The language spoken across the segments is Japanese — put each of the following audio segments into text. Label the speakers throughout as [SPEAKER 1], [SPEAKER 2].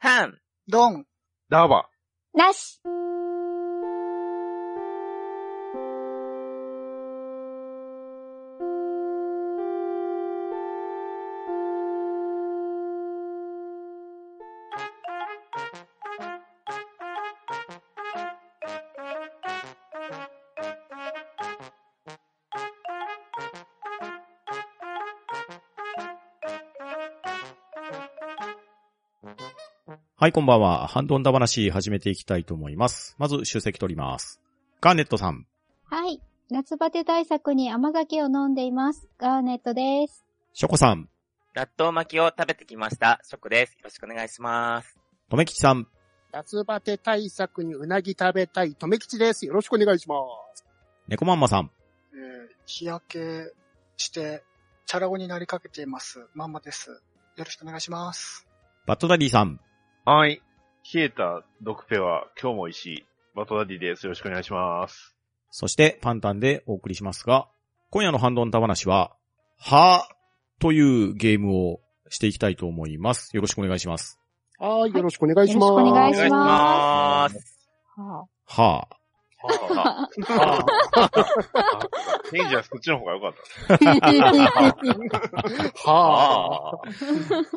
[SPEAKER 1] タン、
[SPEAKER 2] ドン、
[SPEAKER 3] ダーバ。
[SPEAKER 4] なし。
[SPEAKER 5] はい、こんばんは。ハンドンダ話始めていきたいと思います。まず、集積取ります。ガーネットさん、
[SPEAKER 4] はい。夏バテ対策に甘酒を飲んでいます。ガーネットです。
[SPEAKER 5] ショコさん、
[SPEAKER 1] 納豆巻きを食べてきました。ショックです。よろしくお願いします。
[SPEAKER 5] とめきちさん、
[SPEAKER 2] 夏バテ対策にうなぎ食べたい、とめきちです。よろしくお願いします。
[SPEAKER 5] ネコマンマさん、
[SPEAKER 6] えー日焼けして、チャラ男になりかけています。まんまです。よろしくお願いします。
[SPEAKER 5] バットダディさん、
[SPEAKER 3] はい。冷えた毒ペは今日も美味しい。バトダディです。よろしくお願いします。
[SPEAKER 5] そしてパンタンでお送りしますが、今夜のハンドンタ話は、はーというゲームをしていきたいと思います。よろしくお願いします。
[SPEAKER 2] はい、よろしくお願いします。
[SPEAKER 4] よろしくお願いします
[SPEAKER 1] ます。
[SPEAKER 4] は
[SPEAKER 5] はー。
[SPEAKER 3] ああああレンジャーそっちの方が良かっ
[SPEAKER 1] あ
[SPEAKER 2] はあ。
[SPEAKER 1] あ。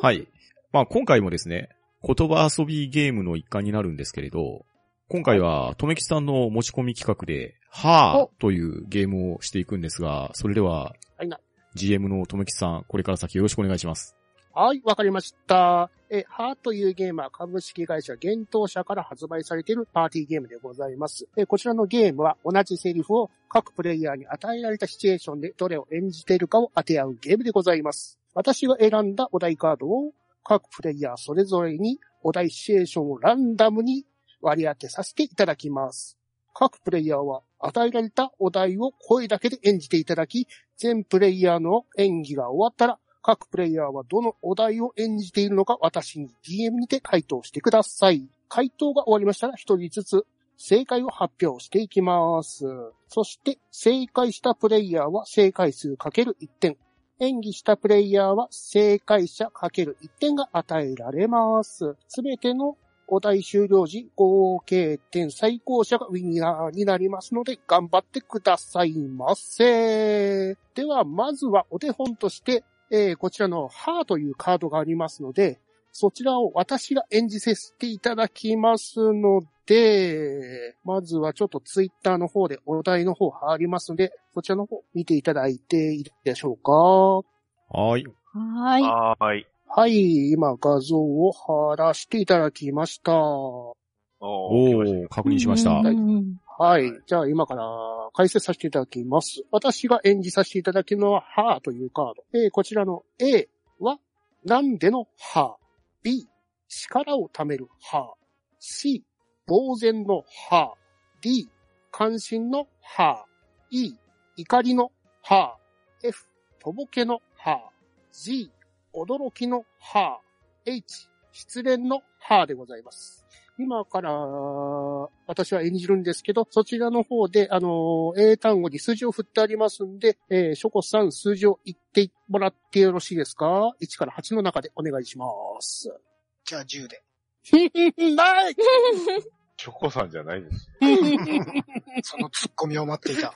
[SPEAKER 5] はい。まあ今回もですね、言葉遊びゲームの一環になるんですけれど、今回は、とめきちさんの持ち込み企画で、はーというゲームをしていくんですが、それでは
[SPEAKER 2] はいな、
[SPEAKER 5] GM のとめきちさん、これから先よろしくお願いします。
[SPEAKER 2] はい、わかりました。え、はというゲームは株式会社幻冬社から発売されているパーティーゲームでございます。え、こちらのゲームは同じセリフを各プレイヤーに与えられたシチュエーションでどれを演じているかを当て合うゲームでございます。私が選んだお題カードを各プレイヤーそれぞれにお題シチュエーションをランダムに割り当てさせていただきます。各プレイヤーは与えられたお題を声だけで演じていただき、全プレイヤーの演技が終わったら各プレイヤーはどのお題を演じているのか私に DM にて回答してください。回答が終わりましたら一人ずつ正解を発表していきます。そして正解したプレイヤーは正解数 ×1 点。演技したプレイヤーは正解者 ×1 点が与えられます。すべてのお題終了時合計点最高者がウィナーになりますので頑張ってくださいませ。ではまずはお手本としてえーこちらのハーというカードがありますので、そちらを私が演じさせていただきますので、まずはちょっとツイッターの方でお題の方貼りますので、そちらの方見ていただいていいでしょう
[SPEAKER 5] はーい。
[SPEAKER 4] ー
[SPEAKER 3] た。
[SPEAKER 4] い。
[SPEAKER 3] はーい。
[SPEAKER 2] かはい、今画像を貼らせていただきました。は
[SPEAKER 3] お
[SPEAKER 5] お
[SPEAKER 3] ー、来ました
[SPEAKER 5] ー、確認しました。
[SPEAKER 4] うんう
[SPEAKER 5] は
[SPEAKER 4] んうん
[SPEAKER 2] い、じゃあ今から解説させていただきます。私が演じさせていただくのはハーというカード。えーこちらの A は、なんでのハー。B、力を貯める歯。C、呆然の歯。D、関心の歯。E、怒りの歯。F、とぼけの歯。G、驚きの歯。H、失恋の歯でございます。今から、私は演じるんですけど、そちらの方で、あのー、英単語に数字を振ってありますんで、えー、ショコさん数字を言ってもらってよろしいですか ?1 から8の中でお願いします。
[SPEAKER 6] じゃあ10で。
[SPEAKER 2] ない
[SPEAKER 3] チョコさんじゃないです。
[SPEAKER 6] そのツッコミを待ってい た。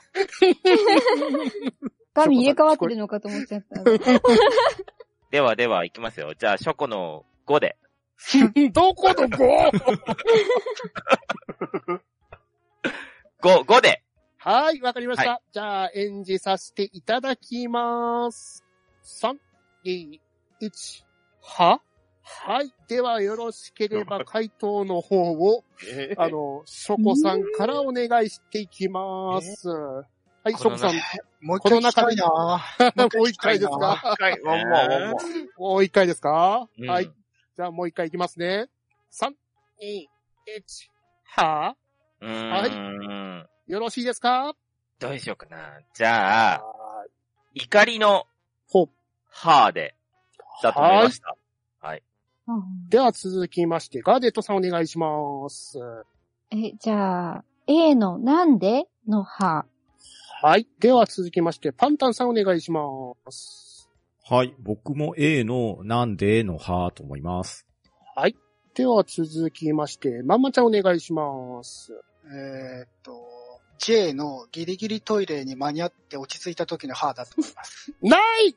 [SPEAKER 4] 紙入れ替わってるのかと思っちゃ った。
[SPEAKER 1] ではでは、行きますよ。じゃあ、ショコの5で。
[SPEAKER 2] どこの 5?
[SPEAKER 1] 5、5で。
[SPEAKER 2] はい、わかりました。
[SPEAKER 1] は
[SPEAKER 2] じゃあ、演じさせていただきます。3、2、1、ははい。では、よろしけれ ば、回答の方を、
[SPEAKER 3] え
[SPEAKER 2] あの、ショコさんからお願いしていきます。はい、ショコさん、も
[SPEAKER 6] もう一回
[SPEAKER 2] この
[SPEAKER 6] 聞き
[SPEAKER 2] 中
[SPEAKER 6] た
[SPEAKER 2] で
[SPEAKER 6] いな
[SPEAKER 2] う一回です
[SPEAKER 6] もう一
[SPEAKER 2] か
[SPEAKER 3] はい、ワンモア、ワンモア。
[SPEAKER 2] もう一回ですか、
[SPEAKER 1] うん
[SPEAKER 2] はい。じゃあ、もう一回いきますね。3、2、1、は
[SPEAKER 1] うーん。
[SPEAKER 2] よろしいですか
[SPEAKER 1] どうしようかな。じゃあ、
[SPEAKER 2] は
[SPEAKER 1] 怒りの
[SPEAKER 2] ほう、
[SPEAKER 1] はーで、だと思いました。
[SPEAKER 4] うん
[SPEAKER 2] では続きまして、ガーデットさんお願いします。
[SPEAKER 4] え、じゃあ、A のなんでの歯。
[SPEAKER 2] はい。では続きまして、パンタンさんお願いします。
[SPEAKER 5] い。僕も A のなんでのはーと思います。
[SPEAKER 2] では続きまして、まんまちゃんお願いします。
[SPEAKER 6] えーっと、J のギリギリトイレに間に合って落ち着いた時の歯 だと思います。
[SPEAKER 2] ない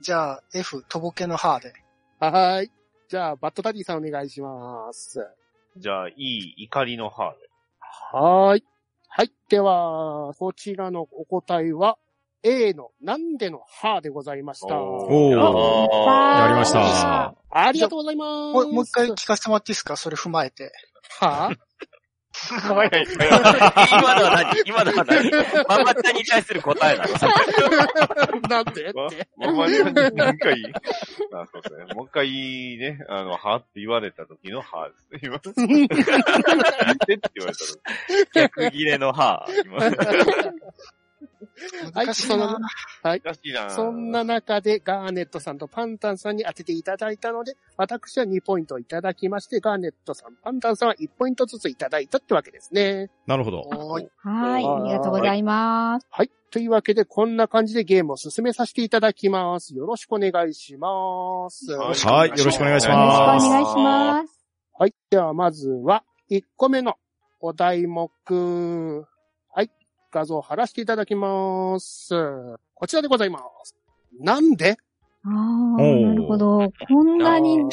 [SPEAKER 6] じゃあ F、とぼけの歯で。
[SPEAKER 2] はーい。じゃあ、バッドダディさんお願いします。
[SPEAKER 3] じゃあ、いい怒りの歯で。
[SPEAKER 2] はーい。はい。では、こちらのお答えは、A のなんでの歯でございました。
[SPEAKER 5] おー
[SPEAKER 4] あー
[SPEAKER 5] やりました。
[SPEAKER 2] ありがとうございます。
[SPEAKER 6] もうもう一回聞かせてもらっていいですかそれ踏まえて。
[SPEAKER 2] は ぁ
[SPEAKER 3] 早い早い。
[SPEAKER 1] 今のは何今のは何ママちゃんに対する答え なのさ
[SPEAKER 2] なんで っ
[SPEAKER 3] わ
[SPEAKER 2] て。
[SPEAKER 3] まんまちゃんにもう一回、あそうですね。もう一回ね、あの、はって言われた時のはですね。今、言ってって言われた時。
[SPEAKER 1] 逆切れの歯。今
[SPEAKER 2] はい
[SPEAKER 6] 難しいな、
[SPEAKER 2] その
[SPEAKER 3] 難し いな
[SPEAKER 2] そんな中で、ガーネットさんとパンタンさんに当てていただいたので、私は2ポイントいただきまして、ガーネットさん、パンタンさんは1ポイントずついただいたってわけですね。
[SPEAKER 5] なるほど。
[SPEAKER 6] おーい
[SPEAKER 4] はい。
[SPEAKER 2] はい
[SPEAKER 4] ありがとうございます。
[SPEAKER 2] はい。というわけで、こんな感じでゲームを進めさせていただきます。よろしくお願いします。
[SPEAKER 3] はい
[SPEAKER 5] はい、よろしくお願いし
[SPEAKER 4] よろしくお
[SPEAKER 5] ます。
[SPEAKER 4] 願いします。
[SPEAKER 2] はい。では、まずは、1個目のお題目。はい。画像を貼らせていただきます。こちらでございます。なんで
[SPEAKER 4] ああ、
[SPEAKER 5] ー
[SPEAKER 4] なるほど。こんなに
[SPEAKER 2] あー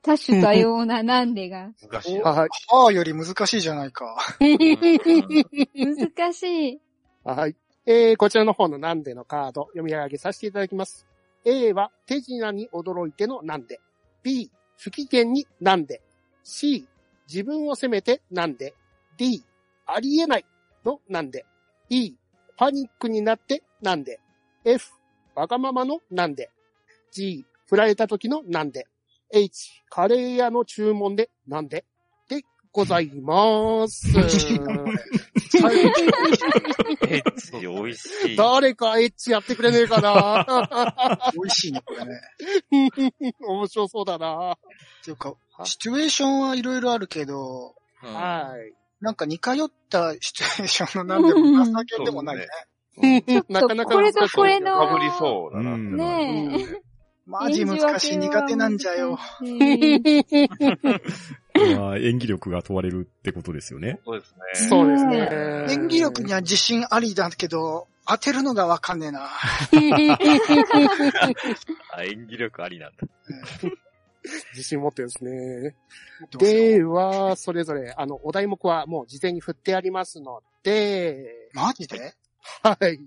[SPEAKER 4] 多種多様ななんでが。
[SPEAKER 3] 難しいな。
[SPEAKER 2] はい。
[SPEAKER 6] 歯より難しいじゃないか。
[SPEAKER 4] 難しい。
[SPEAKER 2] はい。えー、こちらの方のなんでのカード、読み上げさせていただきます。A は、手品に驚いてのなんで。B、不機嫌になんで。C、自分を責めてなんで。D、ありえないのなんで。E、パニックになってなんで。F、わがままのなんで。G、振られた時のなんで。H、カレー屋の注文でなんで。で、ござい ます。はい
[SPEAKER 1] エッチ、美味しい。
[SPEAKER 2] 誰かエッチやってくれねえかな
[SPEAKER 6] 美味しいね、これね。
[SPEAKER 2] 面白そうだな
[SPEAKER 6] っていうか
[SPEAKER 2] は、
[SPEAKER 6] シチュエーションはいろいろあるけど、
[SPEAKER 1] うん
[SPEAKER 2] はい。
[SPEAKER 6] なんか似通ったシチュエーションのなんでも情けでもないね。
[SPEAKER 2] なかなか
[SPEAKER 4] これ
[SPEAKER 2] 難し
[SPEAKER 4] とこれの。
[SPEAKER 3] かぶりそうだな。
[SPEAKER 5] うん
[SPEAKER 4] ねえ。
[SPEAKER 6] マジ難しい、苦手なんじゃよ。
[SPEAKER 4] 演じ分けは難しい。
[SPEAKER 5] まあ演技力が問われるってことですよね。
[SPEAKER 3] そうです
[SPEAKER 2] い。
[SPEAKER 3] ね。
[SPEAKER 2] そうですね。
[SPEAKER 6] 演技力には自信ありだけど、当てるのがわかんねえな。
[SPEAKER 1] あ演技力ありなんだ。
[SPEAKER 2] 自信持ってるんですね。
[SPEAKER 6] どうせ
[SPEAKER 2] では、それぞれ、あの、お題目はもう事前に振ってありますので、
[SPEAKER 6] マジで
[SPEAKER 2] はい。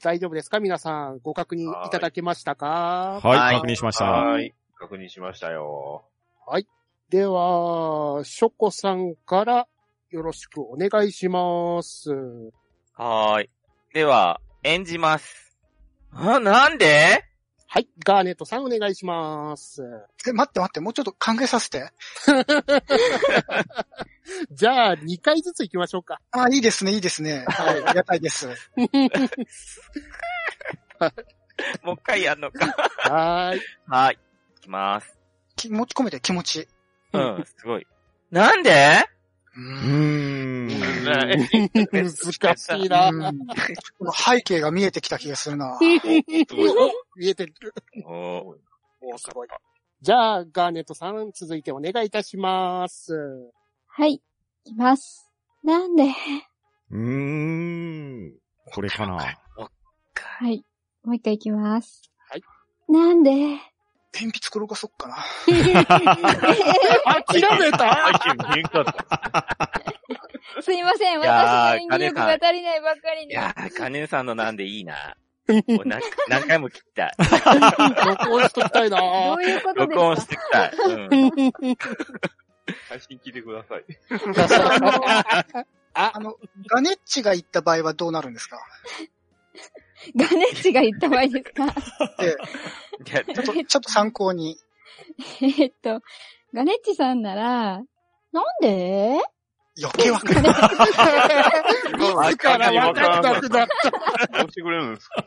[SPEAKER 2] 大丈夫ですか皆さん、ご確認いただけましたか
[SPEAKER 5] は、
[SPEAKER 1] はいい
[SPEAKER 5] 確認しました。
[SPEAKER 3] はーい。確認しましたよ。
[SPEAKER 2] では、ショコさんからよろしくお願いします。
[SPEAKER 1] はーい。では、演じます。あ、なんで
[SPEAKER 2] はい、ガーネットさんお願いします。
[SPEAKER 6] え、待って待って、もうちょっと考えさせて。
[SPEAKER 2] じゃあ、2回ずつ行きましょうか。
[SPEAKER 6] あ、いいですね、いいですね。はい、ありがたいです。
[SPEAKER 1] もう一回やんのか。
[SPEAKER 2] はーい。
[SPEAKER 1] はい。いきます。
[SPEAKER 6] 気持ち込めて、気持ち。
[SPEAKER 1] うん、すごい。なんで
[SPEAKER 6] う
[SPEAKER 5] う
[SPEAKER 6] ーん。
[SPEAKER 5] ーん。
[SPEAKER 2] 難しいな。
[SPEAKER 6] うんこの背景が見えてきた気がするな。
[SPEAKER 3] すごい。
[SPEAKER 2] 見えてる。
[SPEAKER 1] おー
[SPEAKER 2] おすごい。じゃあ、ガーネットさん、続いてお願いいたします。
[SPEAKER 4] はい。いきます。なんで
[SPEAKER 5] うーん。これかな。
[SPEAKER 4] はい。もう一回いきます。
[SPEAKER 2] はい。
[SPEAKER 4] なんで
[SPEAKER 6] 鉛筆転がそっかな。
[SPEAKER 2] 諦めた
[SPEAKER 3] 背景見えんかった。
[SPEAKER 4] すいません。
[SPEAKER 1] いやー
[SPEAKER 4] 私の演技力が足りないばっかり
[SPEAKER 1] い
[SPEAKER 4] に。
[SPEAKER 1] やー、カネンさんのなんでいい な。もう何何回も聞きたい。
[SPEAKER 2] 録音しときたいな。
[SPEAKER 4] どういうこと
[SPEAKER 1] 録音
[SPEAKER 4] で
[SPEAKER 1] し
[SPEAKER 4] すか
[SPEAKER 1] てきたい。うん
[SPEAKER 3] 配信聞いてください。
[SPEAKER 6] あの、ガネッチが言った場合はどうなるんですか
[SPEAKER 4] ガネッチが言った場合ですか
[SPEAKER 6] で、
[SPEAKER 1] いや
[SPEAKER 6] ちょっと、ちょっと参考に。
[SPEAKER 4] えーっと、ガネッチさんなら、なんで
[SPEAKER 6] 余計わかる。
[SPEAKER 2] 自らわかんなくなっ
[SPEAKER 3] どうしてくれるんですか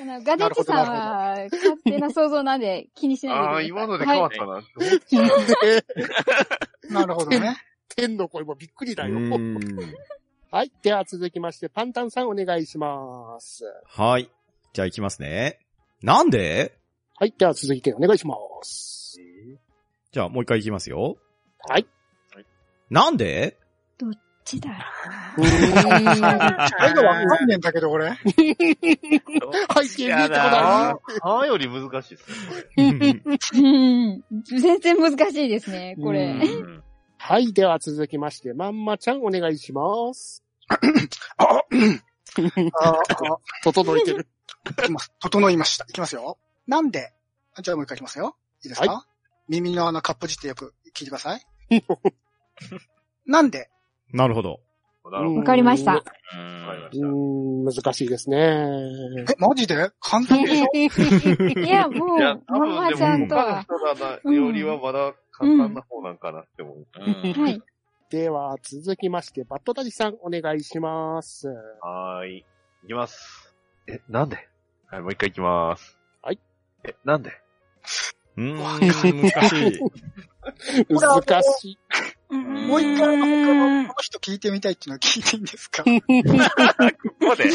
[SPEAKER 4] あのガネッチさんは勝手な想像なんで気にしないでください。
[SPEAKER 3] ああ、今ので変わ
[SPEAKER 4] は
[SPEAKER 3] っ
[SPEAKER 4] い
[SPEAKER 3] たな。
[SPEAKER 2] て、
[SPEAKER 6] なるほど ね。
[SPEAKER 2] 天の声もびっくり
[SPEAKER 5] う
[SPEAKER 2] だよ。
[SPEAKER 5] ーん。
[SPEAKER 2] はい。では続きまして、パンタンさんお願いします。
[SPEAKER 5] はい。じゃあ行きますね。なんで
[SPEAKER 2] はい。では続いてお願いします。
[SPEAKER 5] じゃあもう一回いきますよ。
[SPEAKER 2] はい。
[SPEAKER 5] なん で
[SPEAKER 4] ちだ。
[SPEAKER 6] あれがわかんねえんだけど、これ。
[SPEAKER 2] はい、ゲームってことある
[SPEAKER 3] 歯より難しいです
[SPEAKER 4] う
[SPEAKER 3] ね、
[SPEAKER 4] ん。全然難しいですね、こ
[SPEAKER 2] う
[SPEAKER 4] れ
[SPEAKER 2] ん
[SPEAKER 3] こ。れ。うん
[SPEAKER 2] はい。では続きまして、まんまちゃんお願いします。
[SPEAKER 6] あ、あ、あ、
[SPEAKER 2] 整えてる。
[SPEAKER 6] いきます。整いました。いきますよ。なんであじゃあもう一回いきますよ。いいですか、耳の穴かっぽじってよく聞いてくだ さい。なんで
[SPEAKER 5] なるほど。
[SPEAKER 3] なる
[SPEAKER 2] うん
[SPEAKER 3] ほど。
[SPEAKER 4] わかりました。
[SPEAKER 1] う
[SPEAKER 3] わかりま
[SPEAKER 1] ん。
[SPEAKER 2] う
[SPEAKER 3] した。
[SPEAKER 2] ーん、難しいですね。
[SPEAKER 6] え、マジで簡単でしょ
[SPEAKER 4] いや、も
[SPEAKER 3] いや、
[SPEAKER 4] う、
[SPEAKER 3] 多
[SPEAKER 4] マ
[SPEAKER 3] 分
[SPEAKER 4] マ
[SPEAKER 3] で
[SPEAKER 4] ち
[SPEAKER 3] も、
[SPEAKER 4] ゃ
[SPEAKER 3] うん
[SPEAKER 4] と
[SPEAKER 3] 他の
[SPEAKER 4] は。
[SPEAKER 3] 人だな、よりはまだ簡単な方なんかなって思う。
[SPEAKER 1] うん
[SPEAKER 4] はい。
[SPEAKER 2] では、続きまして、バットダディさん、お願いします。
[SPEAKER 3] はーい。いきます。え、なんではい、もう一回いきます。
[SPEAKER 2] はい。
[SPEAKER 3] え、なんで
[SPEAKER 5] うーん、難しい。
[SPEAKER 2] 難しい。
[SPEAKER 6] もう一回、この人聞いてみたいっていうのは聞いていいんですか
[SPEAKER 1] ここで、
[SPEAKER 3] こ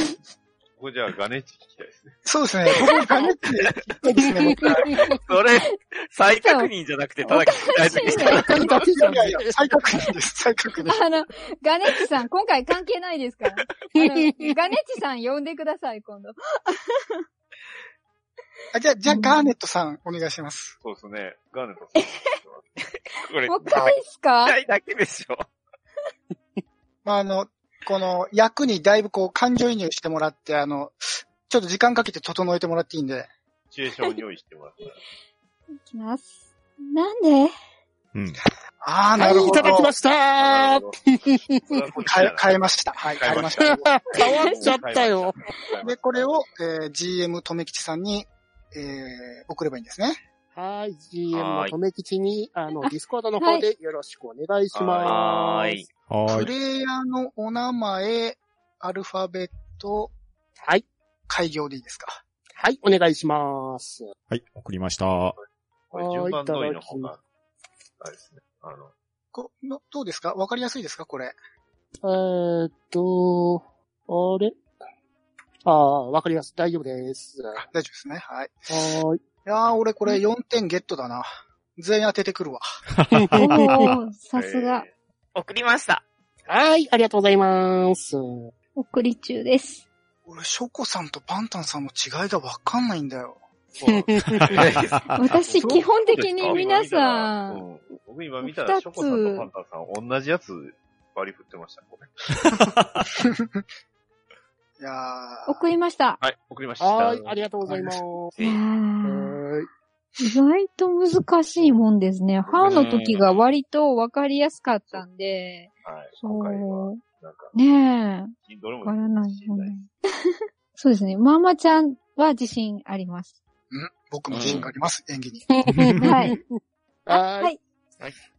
[SPEAKER 3] こじゃあガネッチ聞きたいですね。
[SPEAKER 6] そうですね。僕もガネッチでですね、もう一回
[SPEAKER 1] それ、再確認じゃなくて、ただ聞きたい とき
[SPEAKER 4] おかしいね
[SPEAKER 2] だけ
[SPEAKER 6] いやいや、再確認です。再確認。
[SPEAKER 4] あの、ガネッチさん、今回関係ないです から。あのガネッチさん呼んでください、今度。
[SPEAKER 6] あじゃあ、じゃあ、ガーネットさん、お願いします。
[SPEAKER 3] そうですね。ガネットさん。
[SPEAKER 1] これ、
[SPEAKER 4] も
[SPEAKER 1] 聞
[SPEAKER 4] う一回ですか
[SPEAKER 1] きたいだけでしょ。
[SPEAKER 6] まあ、あの、この、役にだいぶこう、感情移入してもらって、あの、ちょっと時間かけて整えてもらっていいんで。
[SPEAKER 3] シチュエーションを用意してもらったら。
[SPEAKER 4] いきます。なんで
[SPEAKER 5] うん。
[SPEAKER 6] ああ、なる
[SPEAKER 2] は
[SPEAKER 6] ほ
[SPEAKER 2] い、い
[SPEAKER 6] ど。
[SPEAKER 2] ただきました
[SPEAKER 3] なるほどこれはこっちじゃ
[SPEAKER 6] 変
[SPEAKER 3] な
[SPEAKER 6] え
[SPEAKER 3] い、
[SPEAKER 6] 変えました。はい、変えました。
[SPEAKER 2] 変わっちゃったよ。
[SPEAKER 6] で、これを、えー GM とめきちさんに、えー送ればいいんですね。
[SPEAKER 2] はい、GM
[SPEAKER 1] は
[SPEAKER 2] の
[SPEAKER 1] ーい
[SPEAKER 2] とめきちに、あの、ディスコードの方でよろしくお願いしま
[SPEAKER 1] はー
[SPEAKER 2] す
[SPEAKER 1] い。。
[SPEAKER 5] は
[SPEAKER 6] プ
[SPEAKER 5] ーい。
[SPEAKER 6] レイヤーのお名前、アルファベット、
[SPEAKER 2] はい。
[SPEAKER 6] 開業でいいですか。
[SPEAKER 2] はい、お願いします。
[SPEAKER 5] はい、送りま した。
[SPEAKER 3] これ順番通りの方が、あれですね。あの、
[SPEAKER 6] このどうですかわかりやすいですかこれ。
[SPEAKER 2] えーっと、あれああ、わかります。大丈夫です。は
[SPEAKER 6] 大丈夫ですね。はい。
[SPEAKER 2] ーい。
[SPEAKER 6] いやー、俺これ4点ゲットだな。全員当ててくるわ。
[SPEAKER 4] おー、さすが。
[SPEAKER 3] え
[SPEAKER 1] 送りました。
[SPEAKER 2] はい、ありがとうございます。
[SPEAKER 4] 送り中です。
[SPEAKER 6] 俺、ショコさんとパンタンさんの違いがわかんないんだよ。
[SPEAKER 3] ーそうなんです
[SPEAKER 4] 私、基本的に皆さ、
[SPEAKER 3] うんん。僕今見たら、ショコさんとパンタさん同じやつ、バリ振ってました、これ。
[SPEAKER 6] いやー。
[SPEAKER 4] 送りました。
[SPEAKER 3] はい、送りました。
[SPEAKER 2] はい、ありがとうございます。
[SPEAKER 4] いやー
[SPEAKER 2] はーい
[SPEAKER 4] 意外と難しいもんですね。歯の時が割とわかりやすかったんで、
[SPEAKER 3] はい、今回は
[SPEAKER 4] そ、
[SPEAKER 3] なんか
[SPEAKER 4] う。、ねえ。
[SPEAKER 3] どれも
[SPEAKER 4] わからない
[SPEAKER 3] 信
[SPEAKER 4] もん
[SPEAKER 3] 頼
[SPEAKER 4] ね。そうですね。ママちゃんは自信あります。
[SPEAKER 6] うん僕も自信があります、演技に。
[SPEAKER 4] はい。
[SPEAKER 2] は
[SPEAKER 4] は
[SPEAKER 2] ーい
[SPEAKER 4] い。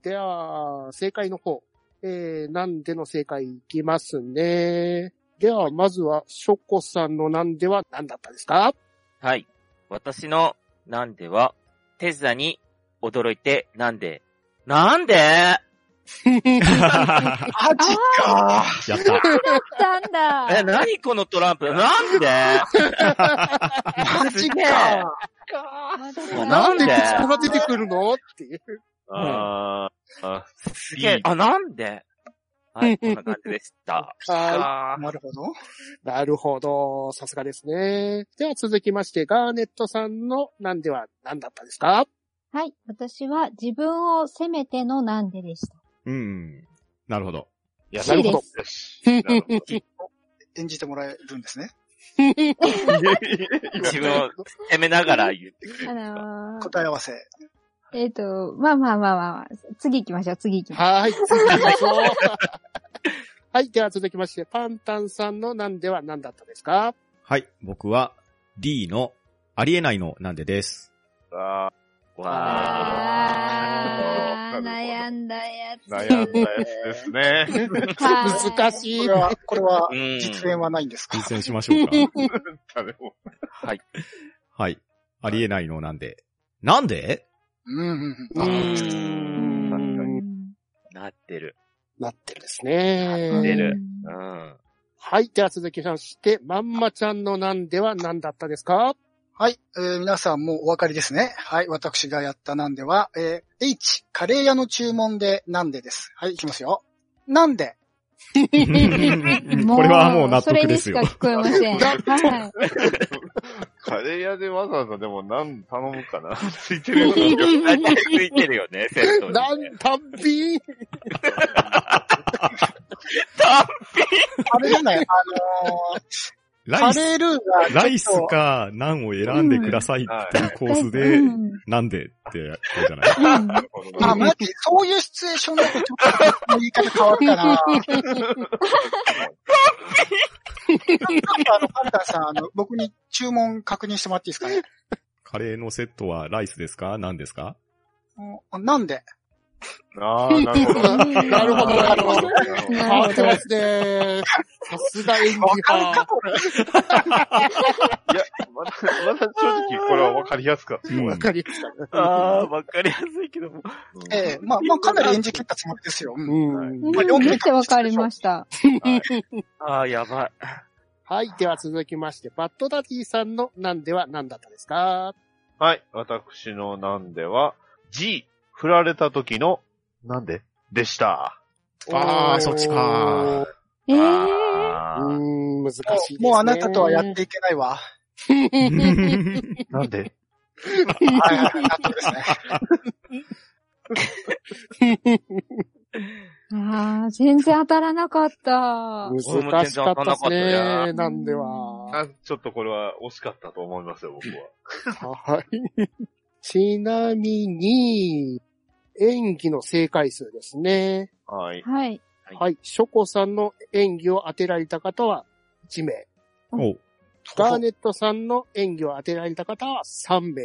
[SPEAKER 2] では、正解の方。えー、なんでの正解いきますね。では、まずは、ショコさんのなんでは何だったですか
[SPEAKER 1] はい。私の、なんでは、手品に驚いて、なんで、なんで
[SPEAKER 6] マジかー
[SPEAKER 5] やった。
[SPEAKER 4] なん
[SPEAKER 1] え、
[SPEAKER 4] だ。
[SPEAKER 1] なにこのトランプなんで
[SPEAKER 6] マジ
[SPEAKER 1] す
[SPEAKER 6] か
[SPEAKER 1] げえ
[SPEAKER 6] ー
[SPEAKER 1] もう
[SPEAKER 2] な
[SPEAKER 1] なんん
[SPEAKER 2] で
[SPEAKER 1] で
[SPEAKER 2] ここが出てくるのっていう。
[SPEAKER 3] あーあ、
[SPEAKER 1] すげえ。あ、なんではい、こんな感じでした。
[SPEAKER 2] は
[SPEAKER 1] あ
[SPEAKER 6] なるほど。
[SPEAKER 2] い。なるほど。さすがですね。では続きまして、ガーネットさんのなんでは何だったですか
[SPEAKER 4] はい。私は自分を責めてのなんででした。
[SPEAKER 5] うん。なるほど。
[SPEAKER 3] いや、
[SPEAKER 4] なるほど
[SPEAKER 3] よし。なるほど
[SPEAKER 6] 演じてもらえるんですね。
[SPEAKER 1] 自分を責めながら言ってくれるんですか。
[SPEAKER 4] あのー
[SPEAKER 6] 答え合わせ。
[SPEAKER 4] えっと、まあまあまあまあまあ、次行きましょう、次行きましょ
[SPEAKER 2] はい。続きましょう。はい。では続きまして、パンタンさんのなんでは何だったですか
[SPEAKER 5] はい、僕は D のありえないのなんでです。
[SPEAKER 3] あ
[SPEAKER 4] う。
[SPEAKER 3] わ
[SPEAKER 4] あ
[SPEAKER 3] ー
[SPEAKER 4] ー、悩んだやつ。
[SPEAKER 3] ー悩んだやつですね。
[SPEAKER 4] はい
[SPEAKER 2] 難
[SPEAKER 6] こ
[SPEAKER 2] しい
[SPEAKER 6] れ。は、これは
[SPEAKER 1] う、ん
[SPEAKER 6] 実演はないんですか
[SPEAKER 5] 実践しましょうか。
[SPEAKER 3] 誰も
[SPEAKER 1] はい。
[SPEAKER 5] はい。ありえないのなんで。なん で
[SPEAKER 6] うんうんう
[SPEAKER 2] う
[SPEAKER 6] ん。あ
[SPEAKER 1] ん
[SPEAKER 2] ーん
[SPEAKER 1] なってる。
[SPEAKER 2] なってるですね。
[SPEAKER 1] なって
[SPEAKER 4] う
[SPEAKER 1] るう
[SPEAKER 4] ん
[SPEAKER 1] ん。
[SPEAKER 2] はい。では続きまして、まんまちゃんのなんでは何だったですか
[SPEAKER 6] はい、えー皆さんもうお分かりですね。はい、私がやったなんでは、えー H、カレー屋の注文でなんでです。はい、いきますよ。なんで、
[SPEAKER 5] これはもう納得ですよ
[SPEAKER 4] それに。しか聞こえません。はい。
[SPEAKER 3] カレー屋でわざわざでも何頼むかなついてるような。
[SPEAKER 1] 大体ついてるよね、セットに、
[SPEAKER 2] な
[SPEAKER 1] ね。
[SPEAKER 2] ん、たんぴー
[SPEAKER 6] あれじゃない、あのー
[SPEAKER 5] ラ
[SPEAKER 6] カ
[SPEAKER 5] イス、
[SPEAKER 6] レールーが、
[SPEAKER 5] ライスかナンを選んでくださいっていうコースで、
[SPEAKER 4] うんうん
[SPEAKER 5] なんでってやるじゃない
[SPEAKER 3] なるほど
[SPEAKER 6] あ、待って、そういうシチュエーションだとちょっと言い方変わるかな。ちょっとあの、パンタンさん、あの、僕に注文確認してもらっていいですかね。
[SPEAKER 5] カレーのセットはライスですか何ですか
[SPEAKER 6] うんなんで
[SPEAKER 3] ああ、なるほど。
[SPEAKER 2] なるほど、 なるほど。
[SPEAKER 4] な
[SPEAKER 2] 変
[SPEAKER 4] るほ
[SPEAKER 2] わ
[SPEAKER 4] ど
[SPEAKER 2] ってますね。さすが演技
[SPEAKER 6] わかるか、
[SPEAKER 2] 派。
[SPEAKER 6] これ。
[SPEAKER 3] いや、まだ、まだ正直これはわかりやすかった。
[SPEAKER 5] うん
[SPEAKER 2] わかりましたね。
[SPEAKER 1] ああ、わかりやすいけども。
[SPEAKER 3] うん
[SPEAKER 6] ええまあ、まあ、かなり演じ切ったつもりですよ。うん
[SPEAKER 2] うん
[SPEAKER 4] うん。めっちゃわかりました。
[SPEAKER 1] ああ、やばい。
[SPEAKER 2] はい。では続きまして、バッドダディさんのなんでは何だったですか
[SPEAKER 3] はい。私のなんでは、G、振られた時の、なんででした。
[SPEAKER 5] あー
[SPEAKER 2] お
[SPEAKER 5] そっちか
[SPEAKER 4] ええ
[SPEAKER 2] う
[SPEAKER 3] あー
[SPEAKER 2] ーん、難しい
[SPEAKER 6] も
[SPEAKER 2] ですね。
[SPEAKER 6] うもうあなたとはやっていけないわ。
[SPEAKER 3] なんで
[SPEAKER 6] はいはい、納得ですね。
[SPEAKER 4] ああ、全然当たらなかった。
[SPEAKER 2] 難しかったですね。
[SPEAKER 4] ん
[SPEAKER 2] なんでは。
[SPEAKER 3] あちょっとこれは惜しかったと思いますよ、僕は。
[SPEAKER 2] はい。ちなみに、演技の正解数ですね。
[SPEAKER 3] はい。
[SPEAKER 4] はい。
[SPEAKER 2] はい。ショコさんの演技を当てられた方は1名。
[SPEAKER 5] お
[SPEAKER 2] ガーネットさんの演技を当てられた方は3名。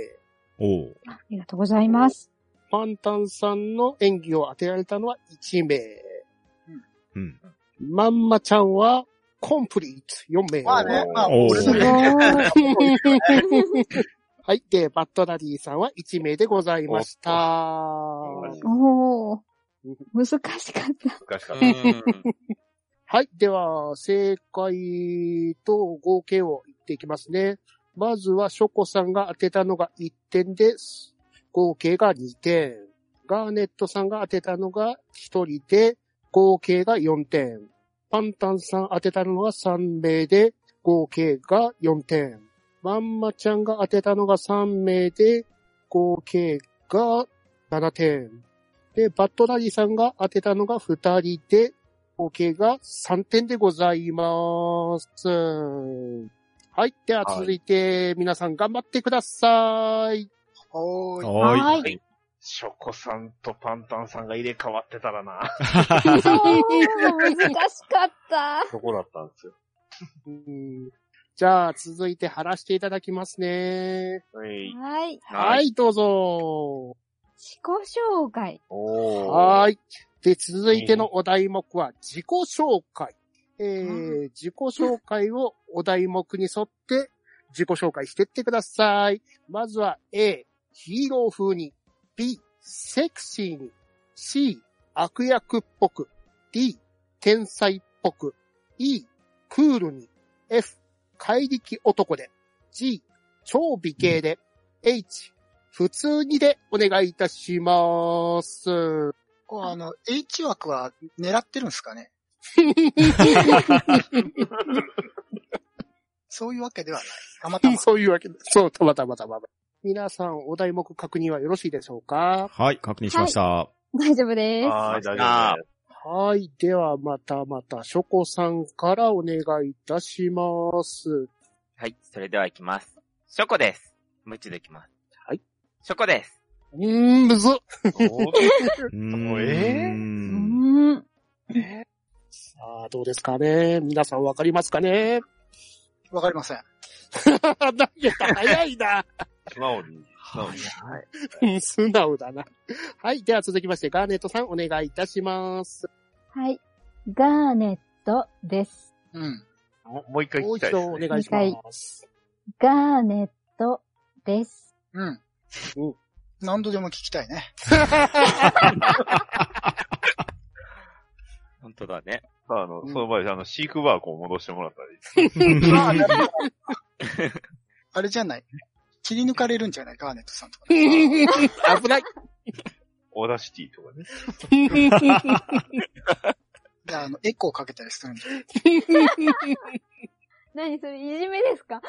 [SPEAKER 5] お
[SPEAKER 4] ありがとうございます。
[SPEAKER 2] パンタンさんの演技を当てられたのは1名。
[SPEAKER 5] うん。
[SPEAKER 2] まんまちゃんはコンプリート4名。
[SPEAKER 6] まあね、まあ、
[SPEAKER 5] おー
[SPEAKER 6] 俺
[SPEAKER 4] す
[SPEAKER 6] の
[SPEAKER 4] ご
[SPEAKER 6] ね
[SPEAKER 4] ーい。
[SPEAKER 2] はい。で、バッドダディさんは1名でございました。は
[SPEAKER 4] おー。難しかった。
[SPEAKER 3] 難しか
[SPEAKER 1] う
[SPEAKER 3] った。
[SPEAKER 1] ん。
[SPEAKER 2] い。では、正解と合計を言っていきますね。まずは、ショコさんが当てたのが1点です。合計が2点。ガーネットさんが当てたのが1人で、合計が4点。パンタンさん当てたのが3名で、合計が4点。まんまちゃんが当てたのが3名で、合計が7点。で、バットダディさんが当てたのが2人で、合計が3点でございます。はい。では続いて、皆さん頑張ってください。
[SPEAKER 6] おーい。
[SPEAKER 5] は
[SPEAKER 4] は
[SPEAKER 5] ーい。
[SPEAKER 4] い。
[SPEAKER 3] ショコさんとパンタンさんが入れ替わってたらな。
[SPEAKER 4] そう、難しかった。
[SPEAKER 3] そこだったんですよ。
[SPEAKER 2] うんじゃあ、続いて貼らせていただきますね。
[SPEAKER 3] はい。
[SPEAKER 4] はい。
[SPEAKER 2] は、
[SPEAKER 1] はい
[SPEAKER 2] どうぞ。
[SPEAKER 4] 自己紹介。
[SPEAKER 3] おー。。
[SPEAKER 2] はいい。で、続いてのお題目は、自己紹介。えー、自己紹介をお題目に沿って、自己紹介してってください。まずは A、ヒーロー風に。B、セクシーに。C、悪役っぽく。D、天才っぽく。E、クールに。F、怪力男で。G、超美形で。H、普通にでお願いいたします。
[SPEAKER 6] こうあの、H 枠は狙ってるんですか ねそういうわけではない。たまたま。
[SPEAKER 2] そういうわけで。そう、たまたまたま。皆さん、お題目確認はよろしいでしょうか
[SPEAKER 5] はい、確認しました。
[SPEAKER 4] 大丈夫です。
[SPEAKER 3] はい、大丈夫です。
[SPEAKER 2] はい。では、またまた、ショコさんからお願いいたします。
[SPEAKER 1] はい、それでは行きます。ショコです。無知できます。
[SPEAKER 2] はい。
[SPEAKER 1] ショコです。
[SPEAKER 2] うーん、むずっ。
[SPEAKER 3] おー
[SPEAKER 5] うーん
[SPEAKER 3] もうえ
[SPEAKER 4] う
[SPEAKER 5] うん
[SPEAKER 4] ーん。
[SPEAKER 2] さあ、どうですかね皆さんわかりますかね
[SPEAKER 6] わかりません。
[SPEAKER 2] 投げた、早いな。
[SPEAKER 3] 素直に。素直に。
[SPEAKER 2] うん 素直だな。はい。では、続きまして、ガーネットさん、お願いいたします。
[SPEAKER 4] はい。ガーネットです。
[SPEAKER 6] うん。
[SPEAKER 3] ももう一回
[SPEAKER 2] も
[SPEAKER 3] 聞
[SPEAKER 2] う
[SPEAKER 3] きた
[SPEAKER 2] 一
[SPEAKER 3] いで
[SPEAKER 2] 度
[SPEAKER 3] す
[SPEAKER 2] お
[SPEAKER 3] ね。
[SPEAKER 2] 願いします。
[SPEAKER 4] ガーネットです。
[SPEAKER 6] うん
[SPEAKER 2] お。
[SPEAKER 6] 何度でも聞きたいね。
[SPEAKER 1] 本当だね。
[SPEAKER 3] さあ、あの、その場合、あの、飼 育ワークを戻してもらったり。
[SPEAKER 6] あれじゃない。切り抜かれるんじゃないガーネットさんとか、
[SPEAKER 2] 危 ない。
[SPEAKER 3] オーダーシティとかね。
[SPEAKER 6] で、あの、エコーかけたりするんで。
[SPEAKER 4] 何それ、いじめですか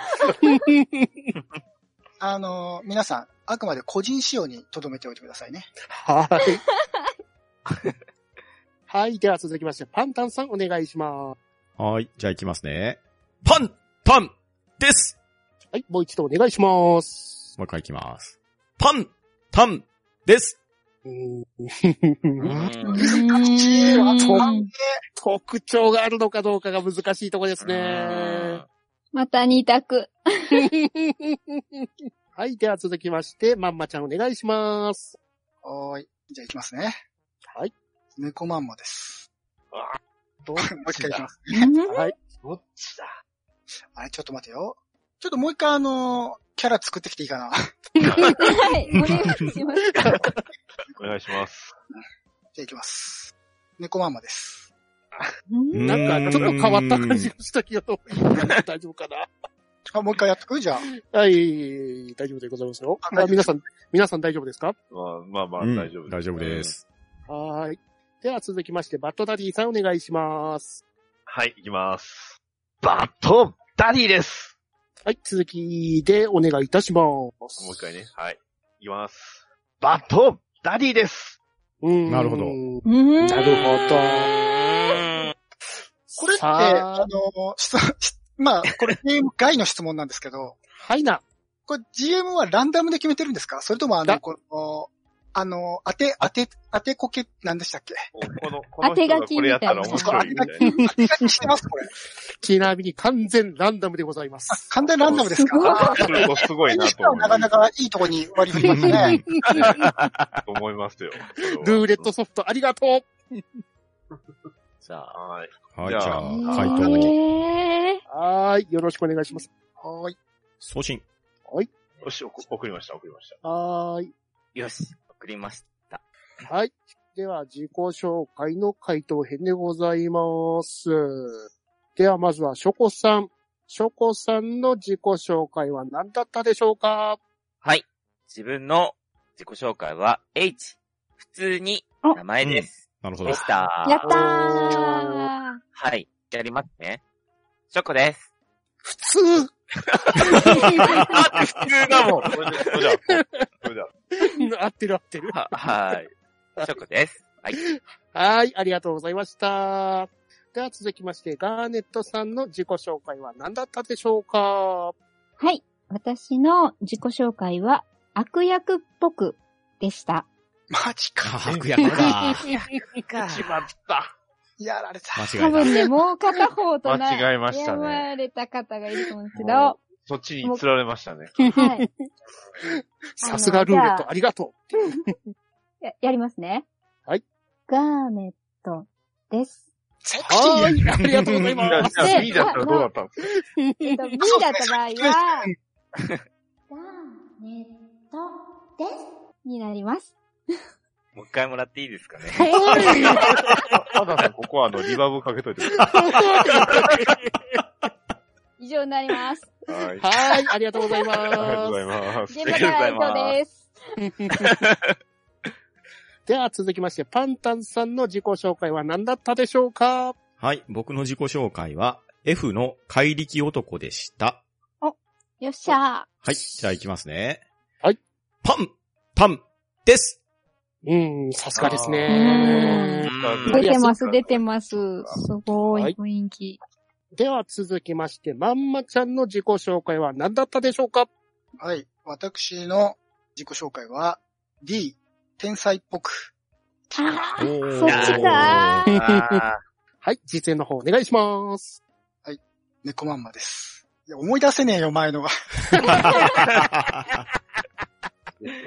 [SPEAKER 6] あの、皆さん、あくまで個人仕様に留めておいてくださいね。
[SPEAKER 2] はい。 はい。では続きまして、パンタンさんお願いしま
[SPEAKER 5] はい、じゃあ行きますね。パンパンです
[SPEAKER 2] す。はい。もう一度お願いします。
[SPEAKER 5] もう一回行きます。パンタンです
[SPEAKER 2] う
[SPEAKER 1] う
[SPEAKER 2] ーん
[SPEAKER 1] ん。
[SPEAKER 6] 難しい わそう
[SPEAKER 4] うん
[SPEAKER 2] 特徴があるのかどうかが難しいとこですね。
[SPEAKER 4] また二択。
[SPEAKER 2] はい。では続きまして、まんまちゃんお願いします。
[SPEAKER 6] おーい。じゃあ行きますね。
[SPEAKER 2] はい。
[SPEAKER 6] 猫まんまです。
[SPEAKER 3] どっ
[SPEAKER 6] もう一
[SPEAKER 3] ち
[SPEAKER 6] 回行き
[SPEAKER 3] だ
[SPEAKER 6] ます。
[SPEAKER 2] はい。
[SPEAKER 3] どっちだ
[SPEAKER 6] あれ、ちょっと待てよ。ちょっともう一回あの、キャラ作ってきていいかな。
[SPEAKER 4] はい、お願いします。
[SPEAKER 3] お願いします。
[SPEAKER 6] じゃあ行きます。猫まんまです。
[SPEAKER 4] うん
[SPEAKER 2] なんか、ちょっと変わった感じがしたけど、大丈夫かな
[SPEAKER 6] あ、もう一回やっとくじゃあ。
[SPEAKER 2] はい、大丈夫でございますよ。あ皆さん、皆さん大丈夫ですか
[SPEAKER 3] まあまあまあ、
[SPEAKER 5] うん
[SPEAKER 3] 大丈夫
[SPEAKER 5] 大丈夫で。す。
[SPEAKER 2] はーい。では続きまして、バットダディさんお願いします。
[SPEAKER 3] はい、行きます。バットダディです
[SPEAKER 2] はい、続きでお願いいたします。も
[SPEAKER 3] もう一回ね。。はい。行きます。バットダディです
[SPEAKER 2] うん。
[SPEAKER 5] なるほど
[SPEAKER 4] うん
[SPEAKER 2] なるほど。
[SPEAKER 6] これって、
[SPEAKER 2] さあ
[SPEAKER 6] あの、質問、質 まあ、これゲーム外の質問なんですけど、
[SPEAKER 2] はいな。
[SPEAKER 6] これ GM はランダムで決めてるんですかそれともあの、
[SPEAKER 2] だ
[SPEAKER 6] この、あの、当て、当て、当てこけ、なんでしたっけ
[SPEAKER 3] おこの、この
[SPEAKER 4] 当て
[SPEAKER 3] 人
[SPEAKER 4] 書
[SPEAKER 3] が
[SPEAKER 4] き
[SPEAKER 3] これやったら面白いみ たいな。
[SPEAKER 6] 当て書きしてます、これ。
[SPEAKER 2] ちなみに完全ランダムでござい ます。
[SPEAKER 6] 完全ランダムです
[SPEAKER 4] す
[SPEAKER 6] か
[SPEAKER 4] ごい
[SPEAKER 6] あ
[SPEAKER 3] ちょっとすご
[SPEAKER 6] こ
[SPEAKER 3] い
[SPEAKER 6] れ
[SPEAKER 3] な
[SPEAKER 6] にして
[SPEAKER 3] と
[SPEAKER 6] は
[SPEAKER 3] 思い
[SPEAKER 6] なか
[SPEAKER 3] ま
[SPEAKER 6] な
[SPEAKER 3] す
[SPEAKER 6] かいいとこに割り振りますね。
[SPEAKER 3] と思いますよ。
[SPEAKER 2] ルーレットソフトありがとう
[SPEAKER 1] さあ、
[SPEAKER 3] はい。
[SPEAKER 5] はい、
[SPEAKER 3] じ
[SPEAKER 5] じ
[SPEAKER 3] ゃ
[SPEAKER 5] ゃ
[SPEAKER 3] あ
[SPEAKER 5] あ、回
[SPEAKER 3] は
[SPEAKER 5] 答、
[SPEAKER 4] え
[SPEAKER 2] はーい、よろしくお願いします。
[SPEAKER 6] はーい。
[SPEAKER 5] 送信。
[SPEAKER 3] よし、送送りました、送りました。
[SPEAKER 2] はーい。
[SPEAKER 1] よし、送りました。
[SPEAKER 2] はい。では、自己紹介の回答編でございます。では、まずは、ショコさん。ショコさんの自己紹介は何だったでしょうか
[SPEAKER 1] はい。自分の自己紹介は H。普通に名前です。
[SPEAKER 5] なるほど
[SPEAKER 1] で。した
[SPEAKER 4] ー、。やった
[SPEAKER 1] はい。やりますね。ショコです。
[SPEAKER 2] 普通
[SPEAKER 1] 普通だもん。
[SPEAKER 3] それで、それでは、それで は、
[SPEAKER 2] 合ってる合ってる。
[SPEAKER 1] は、はい。ショコです。はい。
[SPEAKER 2] はい、ありがとうございました。では続きまして、ガーネットさんの自己紹介は何だったでしょうか
[SPEAKER 4] ー はい、私の自己紹介は悪役っぽくでした。
[SPEAKER 6] マジか。
[SPEAKER 5] 悪役か。
[SPEAKER 3] しまった。
[SPEAKER 6] やられた。
[SPEAKER 4] 多
[SPEAKER 5] 間違え
[SPEAKER 4] 分ね、もう片方とな、
[SPEAKER 3] 間違えましたね
[SPEAKER 4] やられた方がいると思うんですけど、
[SPEAKER 3] も
[SPEAKER 4] は
[SPEAKER 3] そっちに釣られましたね。
[SPEAKER 4] い。
[SPEAKER 2] さすがルーレット、ありがと
[SPEAKER 4] や、やりますね。
[SPEAKER 2] はい。
[SPEAKER 4] ガーネットです。
[SPEAKER 6] セク
[SPEAKER 2] う。
[SPEAKER 6] シー
[SPEAKER 2] はーい、ありがとうござい
[SPEAKER 3] じゃ
[SPEAKER 2] ま
[SPEAKER 3] あ、
[SPEAKER 2] す
[SPEAKER 3] じ。ゃあ、B だったらどうだったんですか
[SPEAKER 4] えっと、B だった場合は、ガーネットです。になります。
[SPEAKER 1] もう一回もらっていいですかね。
[SPEAKER 3] たださん、ここはあの、リバーブかけといてくだ
[SPEAKER 4] 以上になります。
[SPEAKER 3] さい。はい。あ
[SPEAKER 2] はーい、ありがとうござい
[SPEAKER 3] りがと
[SPEAKER 2] ま
[SPEAKER 3] うご ざいます。
[SPEAKER 4] 現場から以上です。
[SPEAKER 2] す。では続きまして、パンタンさんの自己紹介は何だったでしょうか
[SPEAKER 5] はい、僕の自己紹介は F の怪力男でした。
[SPEAKER 4] よっしゃ
[SPEAKER 5] はい、じゃあ行きますね。
[SPEAKER 2] はい。
[SPEAKER 5] パンパンです
[SPEAKER 2] うーん、さすがです
[SPEAKER 4] ー。う
[SPEAKER 2] ね。
[SPEAKER 4] ーん出てます、出てます。すごい雰囲気。
[SPEAKER 2] では続きまして、まんまちゃんの自己紹介は何だったでしょうか
[SPEAKER 6] はい。私の自己紹介は、D、天才っぽく。
[SPEAKER 4] あ
[SPEAKER 5] おー
[SPEAKER 4] ーそっちかー。
[SPEAKER 1] あ
[SPEAKER 2] はい、実演の方お願いします。
[SPEAKER 6] 猫まんまです。いや、思い出せねえよ、前のは。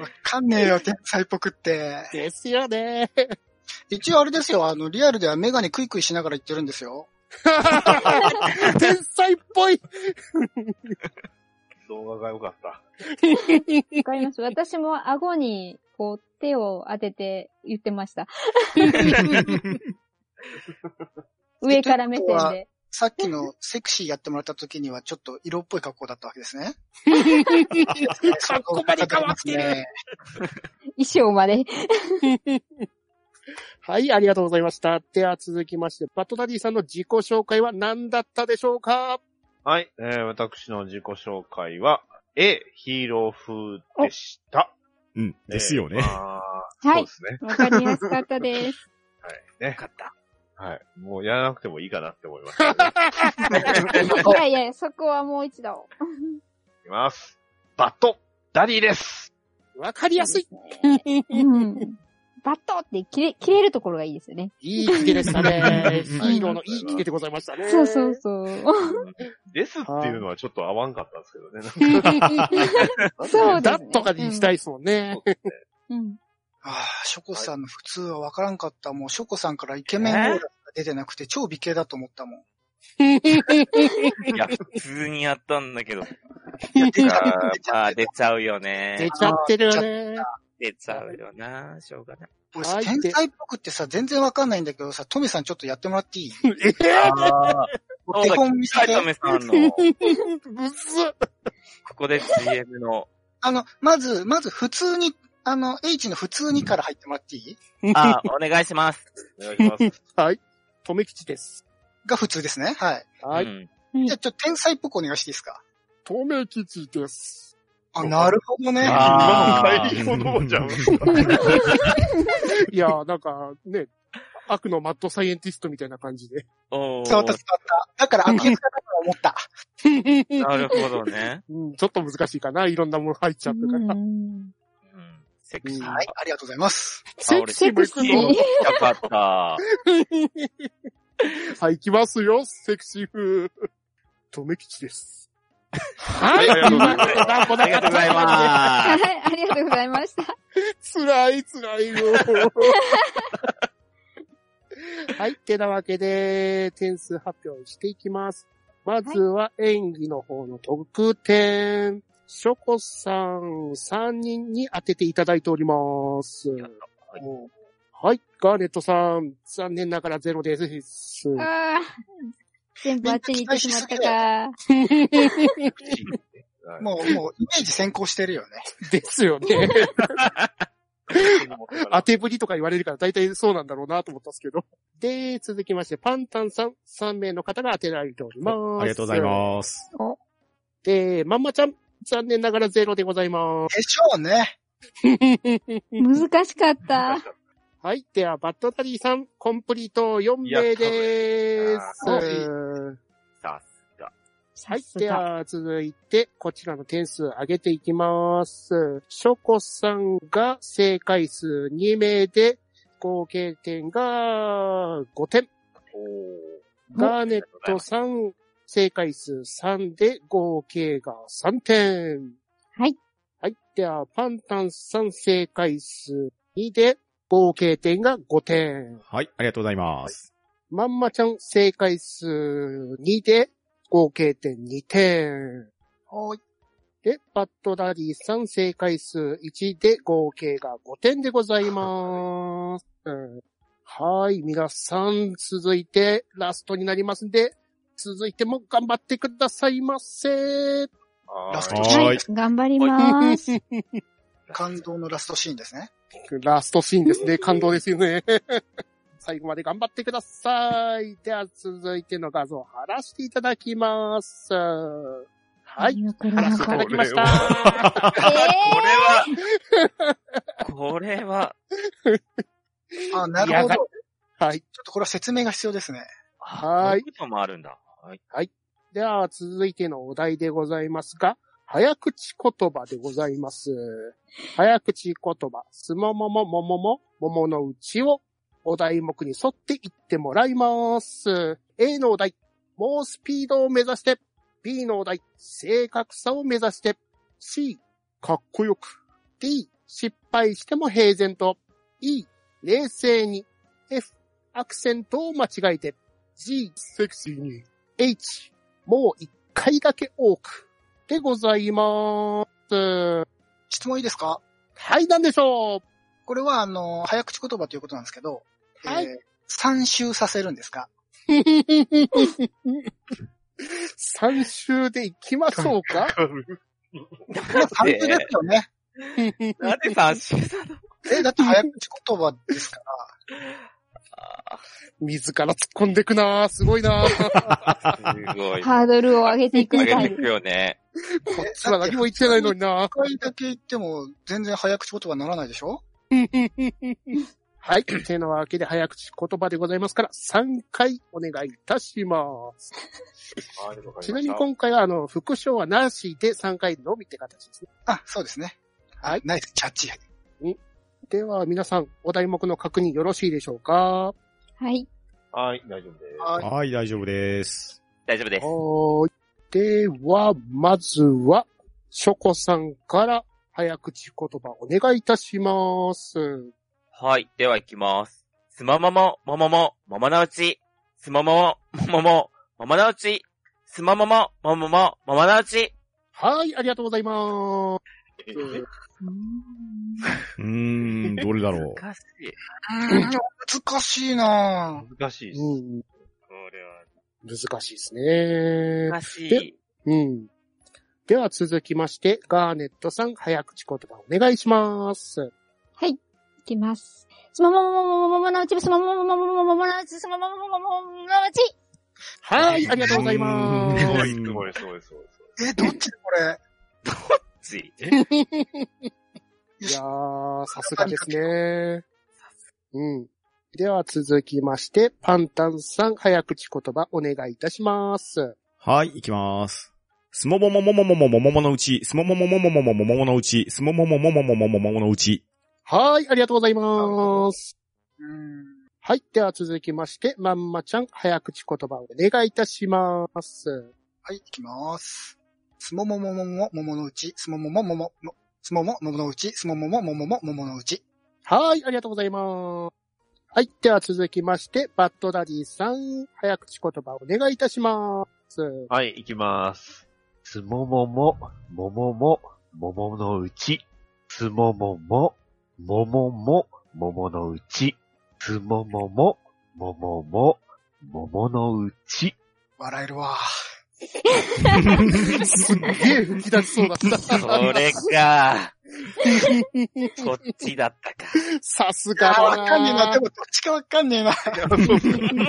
[SPEAKER 6] わかんねえよ、天才っぽくって。
[SPEAKER 2] ですよね。
[SPEAKER 6] 一応あれですよ、あの、リアルではメガネクイクイしながら言ってるんですよ。
[SPEAKER 2] 天才っぽい。
[SPEAKER 3] 動画が良かった。
[SPEAKER 4] わかります。私も顎に、こう、手を当てて言ってました。上から目線で。
[SPEAKER 6] さっきのセクシーやってもらった時にはちょっと色っぽい格好だったわけです ね。
[SPEAKER 2] 格好まで変わってる。
[SPEAKER 4] 衣装まで。
[SPEAKER 2] はい、ありがとうございました。では続きまして、バットダディさんの自己紹介は何だったでしょうか
[SPEAKER 3] はい、えー私の自己紹介は、A、ヒーロー風でした。
[SPEAKER 5] うん。ですよね。
[SPEAKER 3] えーまあ
[SPEAKER 4] は
[SPEAKER 3] そう
[SPEAKER 4] い
[SPEAKER 3] で。すね。
[SPEAKER 4] わかりやすかったです。
[SPEAKER 3] はい。ね。
[SPEAKER 1] かった。
[SPEAKER 3] はい。もうやらなくてもいいかなって思いました、ね。
[SPEAKER 4] いやいや、そこはもう一度。
[SPEAKER 3] いきます。バット、ダディです。
[SPEAKER 2] わかりやすい。
[SPEAKER 4] うん。バットって切れ、切れるところがいいですよね。
[SPEAKER 2] いい切れでしたね。ヒ
[SPEAKER 5] うん
[SPEAKER 2] ーローのいい切れでございましたね。
[SPEAKER 4] そうそうそう。
[SPEAKER 3] ですっていうのはちょっと合わんかったんですけどね。なんか
[SPEAKER 4] そうで
[SPEAKER 2] だ
[SPEAKER 4] す
[SPEAKER 2] っ
[SPEAKER 4] ね。
[SPEAKER 2] とかにしたいですもんね。
[SPEAKER 4] うん。
[SPEAKER 6] ああ、ショコさんの普通はわからんかった。もうショコさんからイケメンオーラが出てなくて超美形だと思ったもん。
[SPEAKER 1] いや、普通にやったんだけど。
[SPEAKER 6] 出ちゃ
[SPEAKER 1] あー
[SPEAKER 6] 出ち
[SPEAKER 1] ま
[SPEAKER 6] ゃ
[SPEAKER 1] あ、出ちゃうよ
[SPEAKER 2] 出
[SPEAKER 1] ね。
[SPEAKER 2] ちゃってるよね。
[SPEAKER 1] 出ちゃうよな。しょうがない。
[SPEAKER 6] 俺さ
[SPEAKER 2] はい
[SPEAKER 6] 天才っぽくってさ、全然わかんないんだけどさ、トメさんちょっとやってもらって いい
[SPEAKER 3] あ
[SPEAKER 6] お手本見せ
[SPEAKER 1] はい、
[SPEAKER 6] て
[SPEAKER 1] ト。メさんの、こ
[SPEAKER 2] むずっ
[SPEAKER 1] こで GM の、
[SPEAKER 6] あの、まず、まず普通に、あの、H の普通にから入ってもらっていい
[SPEAKER 1] あ、お願いします。
[SPEAKER 3] ーお願いします。
[SPEAKER 2] とめきちです。
[SPEAKER 6] が普通ですね。はい。
[SPEAKER 2] は
[SPEAKER 1] う
[SPEAKER 2] い。
[SPEAKER 1] ん
[SPEAKER 6] じゃあちょっと天才っぽくお願いしていいですか
[SPEAKER 2] とめきちです。
[SPEAKER 6] あ、なるほどね。
[SPEAKER 1] あー
[SPEAKER 3] 今の買い物じゃん。
[SPEAKER 2] いやー、なんか、ね、悪のマッドサイエンティストみたいな感じで。
[SPEAKER 1] お
[SPEAKER 6] 伝わっ
[SPEAKER 1] ー、
[SPEAKER 6] た伝わった。だから悪役だと思 った。
[SPEAKER 1] なるほどね。
[SPEAKER 2] うん、ちょっと難しいかな。いろんなもの入っちゃったから。
[SPEAKER 1] うんセクシー。
[SPEAKER 6] はい、ありがとうございます。
[SPEAKER 1] あ俺
[SPEAKER 2] セクシーも行く
[SPEAKER 1] よかった。
[SPEAKER 2] の。 はい、行きますよ。セクシー風。とめきちです。は
[SPEAKER 3] ありがとうございます
[SPEAKER 1] ありがとうございま
[SPEAKER 4] はい、ありがとうございました。
[SPEAKER 2] す。辛い、辛いよ。はい。てなわけで、点数発表していきます。まずは演技の方の得点。ショコさん3人に当てていただいております。
[SPEAKER 1] はい
[SPEAKER 2] はい。ガーネットさん、残念ながらゼロです。
[SPEAKER 4] あー全部あっちに行ってしまったか。
[SPEAKER 3] はい
[SPEAKER 6] もう、もう、イメージ先行してるよね。
[SPEAKER 2] です よね。当
[SPEAKER 3] あ、
[SPEAKER 2] てぶりとか言われるから大体そうなんだろうなと思ったんですけど。で、続きまして、パンタンさん、3名の方が当てられております。
[SPEAKER 5] ありがとうございます。
[SPEAKER 2] す。で、まんまちゃん、残念ながらゼロでございます。
[SPEAKER 6] でしょうね。
[SPEAKER 4] 難しかった。
[SPEAKER 2] はい。では、バッドダディさん、コンプリート4名でーす。
[SPEAKER 3] や
[SPEAKER 6] ったね
[SPEAKER 1] さすが。
[SPEAKER 2] はい。
[SPEAKER 4] すが
[SPEAKER 2] では、続いて、こちらの点数上げていきます。ショコさんが正解数2名で、合計点が5点。ガーネットさん、正解数3で、合計が3点。
[SPEAKER 4] はい。
[SPEAKER 2] はい。では、パンタンさん、正解数2で、合計点が5点。
[SPEAKER 5] はい、ありがとうございます。
[SPEAKER 2] まんまちゃん、正解数2で、合計点2点。
[SPEAKER 6] おい。
[SPEAKER 2] で、バットダディさん正解数1で合計が5点でございます。うんはい、皆さん続いてラストになりますんで、続いても頑張ってくださいませ。
[SPEAKER 3] ラ
[SPEAKER 6] ラ
[SPEAKER 3] ス
[SPEAKER 6] ス
[SPEAKER 3] ト
[SPEAKER 6] ト。
[SPEAKER 4] はい、頑張ります。
[SPEAKER 6] 感動のラストシーンですね。
[SPEAKER 2] ラストシーンですね。感動ですよね。 最後まで頑張ってください。では続いての画像を貼らせていただきます。はい。
[SPEAKER 4] 見送
[SPEAKER 2] 貼
[SPEAKER 4] ら
[SPEAKER 2] ら
[SPEAKER 4] な
[SPEAKER 2] せてい
[SPEAKER 4] か
[SPEAKER 2] た
[SPEAKER 4] っ
[SPEAKER 2] だ
[SPEAKER 4] た
[SPEAKER 2] きまし
[SPEAKER 1] こ
[SPEAKER 2] た。
[SPEAKER 4] え
[SPEAKER 1] れは、これは、
[SPEAKER 6] あ、なる
[SPEAKER 2] いや
[SPEAKER 6] ほど。
[SPEAKER 2] だ
[SPEAKER 6] ちょっ
[SPEAKER 2] はい。
[SPEAKER 6] とこれは説明が必要ですね。
[SPEAKER 2] はーい
[SPEAKER 1] こういうこともあるんだ。はい。
[SPEAKER 2] では、続いてのお題でございますが、早口言葉でございます。早口言葉、すもももももも、桃の内をお題目に沿って言ってもらいます。A のお題、猛スピードを目指して。B のお題、正確さを目指して。C、かっこよく。D、失敗しても平然と。E、冷静に。F、アクセントを間違えて。G、セクシーに。H、もう一回だけ多くでございます。
[SPEAKER 6] 質問いいですか
[SPEAKER 2] はい、なんでしょう
[SPEAKER 6] これは、あの、早口言葉ということなんですけど、
[SPEAKER 2] はい
[SPEAKER 6] えー、参集させるんですか
[SPEAKER 2] 三周で行きましょうか
[SPEAKER 6] これ単純ですよね。
[SPEAKER 1] なんで三周なの
[SPEAKER 6] え、 だって早口言葉ですから。
[SPEAKER 2] 自ら突っ込んでくなぁすごいなぁ
[SPEAKER 1] すごい。
[SPEAKER 4] ハードルを上げていく
[SPEAKER 1] 上
[SPEAKER 4] みた
[SPEAKER 1] げてい
[SPEAKER 4] い
[SPEAKER 1] く。よね。
[SPEAKER 6] こっ
[SPEAKER 2] 今何も言ってないのになぁ
[SPEAKER 6] 一回だけ言っても全然早口言葉にならないでしょ
[SPEAKER 2] はい。てなわけで早口言葉でございますから、3回お願いいたします。ちなみに今回は、あの、副賞はなしで3回のみって形ですね。
[SPEAKER 6] あ、そうですね。
[SPEAKER 2] はい。
[SPEAKER 6] ナイスキャッチ。
[SPEAKER 2] では、皆さん、お題目の確認よろしいでしょうか
[SPEAKER 4] はい。
[SPEAKER 3] はい、大丈夫です。
[SPEAKER 6] はい。
[SPEAKER 5] はい、大丈夫です。
[SPEAKER 1] 大丈夫です。
[SPEAKER 2] はーい。では、まずは、ショコさんから早口言葉お願いいたします。
[SPEAKER 1] はい。では行きます。すままも、ももも、ももなうち。すまもも、ももも、ももなうち。すまもも、ももも、ももなうち。
[SPEAKER 2] はい、ありがとうございます。
[SPEAKER 5] うーん、どれだろう。
[SPEAKER 1] 難しい。
[SPEAKER 6] うん難しいなぁ。
[SPEAKER 3] 難しいし。
[SPEAKER 2] うん、
[SPEAKER 1] これは
[SPEAKER 2] 難しいですね。
[SPEAKER 1] 難しい。
[SPEAKER 2] うん。では続きまして、ガーネットさん、早口言葉お願いします。
[SPEAKER 4] はい。いきます。すまもももももものうち、すまももももももものうち、すまもももももものうち。
[SPEAKER 2] はい、ありがとうございま
[SPEAKER 3] ご
[SPEAKER 5] う
[SPEAKER 2] す。
[SPEAKER 5] ん
[SPEAKER 3] い、すごい、すごい、すごい。
[SPEAKER 6] え、どっちだこれ。
[SPEAKER 1] つい。
[SPEAKER 2] いやー、さすがですね。うん。では続きまして、パンタンさん、早口言葉お願いいたします。
[SPEAKER 5] はい、いきます。すもももももももももものうち、すもももももももももものうち、すもももももももももものうち。
[SPEAKER 2] はい、ありがとうございます。
[SPEAKER 6] うん。
[SPEAKER 2] はい、では続きまして、まんまちゃん、早口言葉お願いいたします。
[SPEAKER 6] はい、いきます。すももももももものうち、すもももももも、すもももものうち、すもももももももものうち。
[SPEAKER 2] はい、ありがとうございます。はい、では続きまして、バッドダディさん、早口言葉お願いいたします。
[SPEAKER 3] はい、行きます。すももも、ももも、もものうち。すももも、ももも、もものうち。すももも、ももも、もものうち。
[SPEAKER 6] 笑えるわ。
[SPEAKER 2] すっげえ吹き出しそうだった。
[SPEAKER 1] それか。こっちだったか。
[SPEAKER 2] さすが
[SPEAKER 6] あ、
[SPEAKER 2] だ
[SPEAKER 6] わ
[SPEAKER 2] な。
[SPEAKER 6] かんねえな。でもどっちかわかんねえな。
[SPEAKER 3] そうっすね。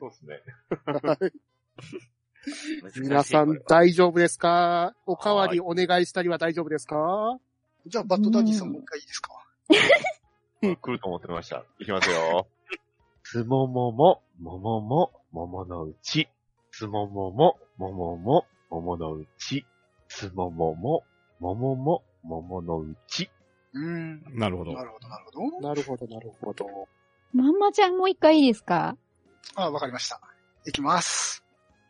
[SPEAKER 3] そうっすね。
[SPEAKER 1] 難しい
[SPEAKER 2] 皆さん大丈夫ですかおかわりお願いしたりは大丈夫ですか
[SPEAKER 6] じゃあ、バッドダディさんもう一回いいですか
[SPEAKER 3] まあ来ると思ってました。いきますよ。すももも、ももも、もものうち。すももも、ももも、もものうち。すももも、ももも、もものうち。
[SPEAKER 6] うん。
[SPEAKER 5] なるほど
[SPEAKER 6] な。るほど、なるほど。
[SPEAKER 2] なるほど、なるほど。
[SPEAKER 4] まんまちゃんもう一回いいですか
[SPEAKER 6] あ、わかりました。いきます。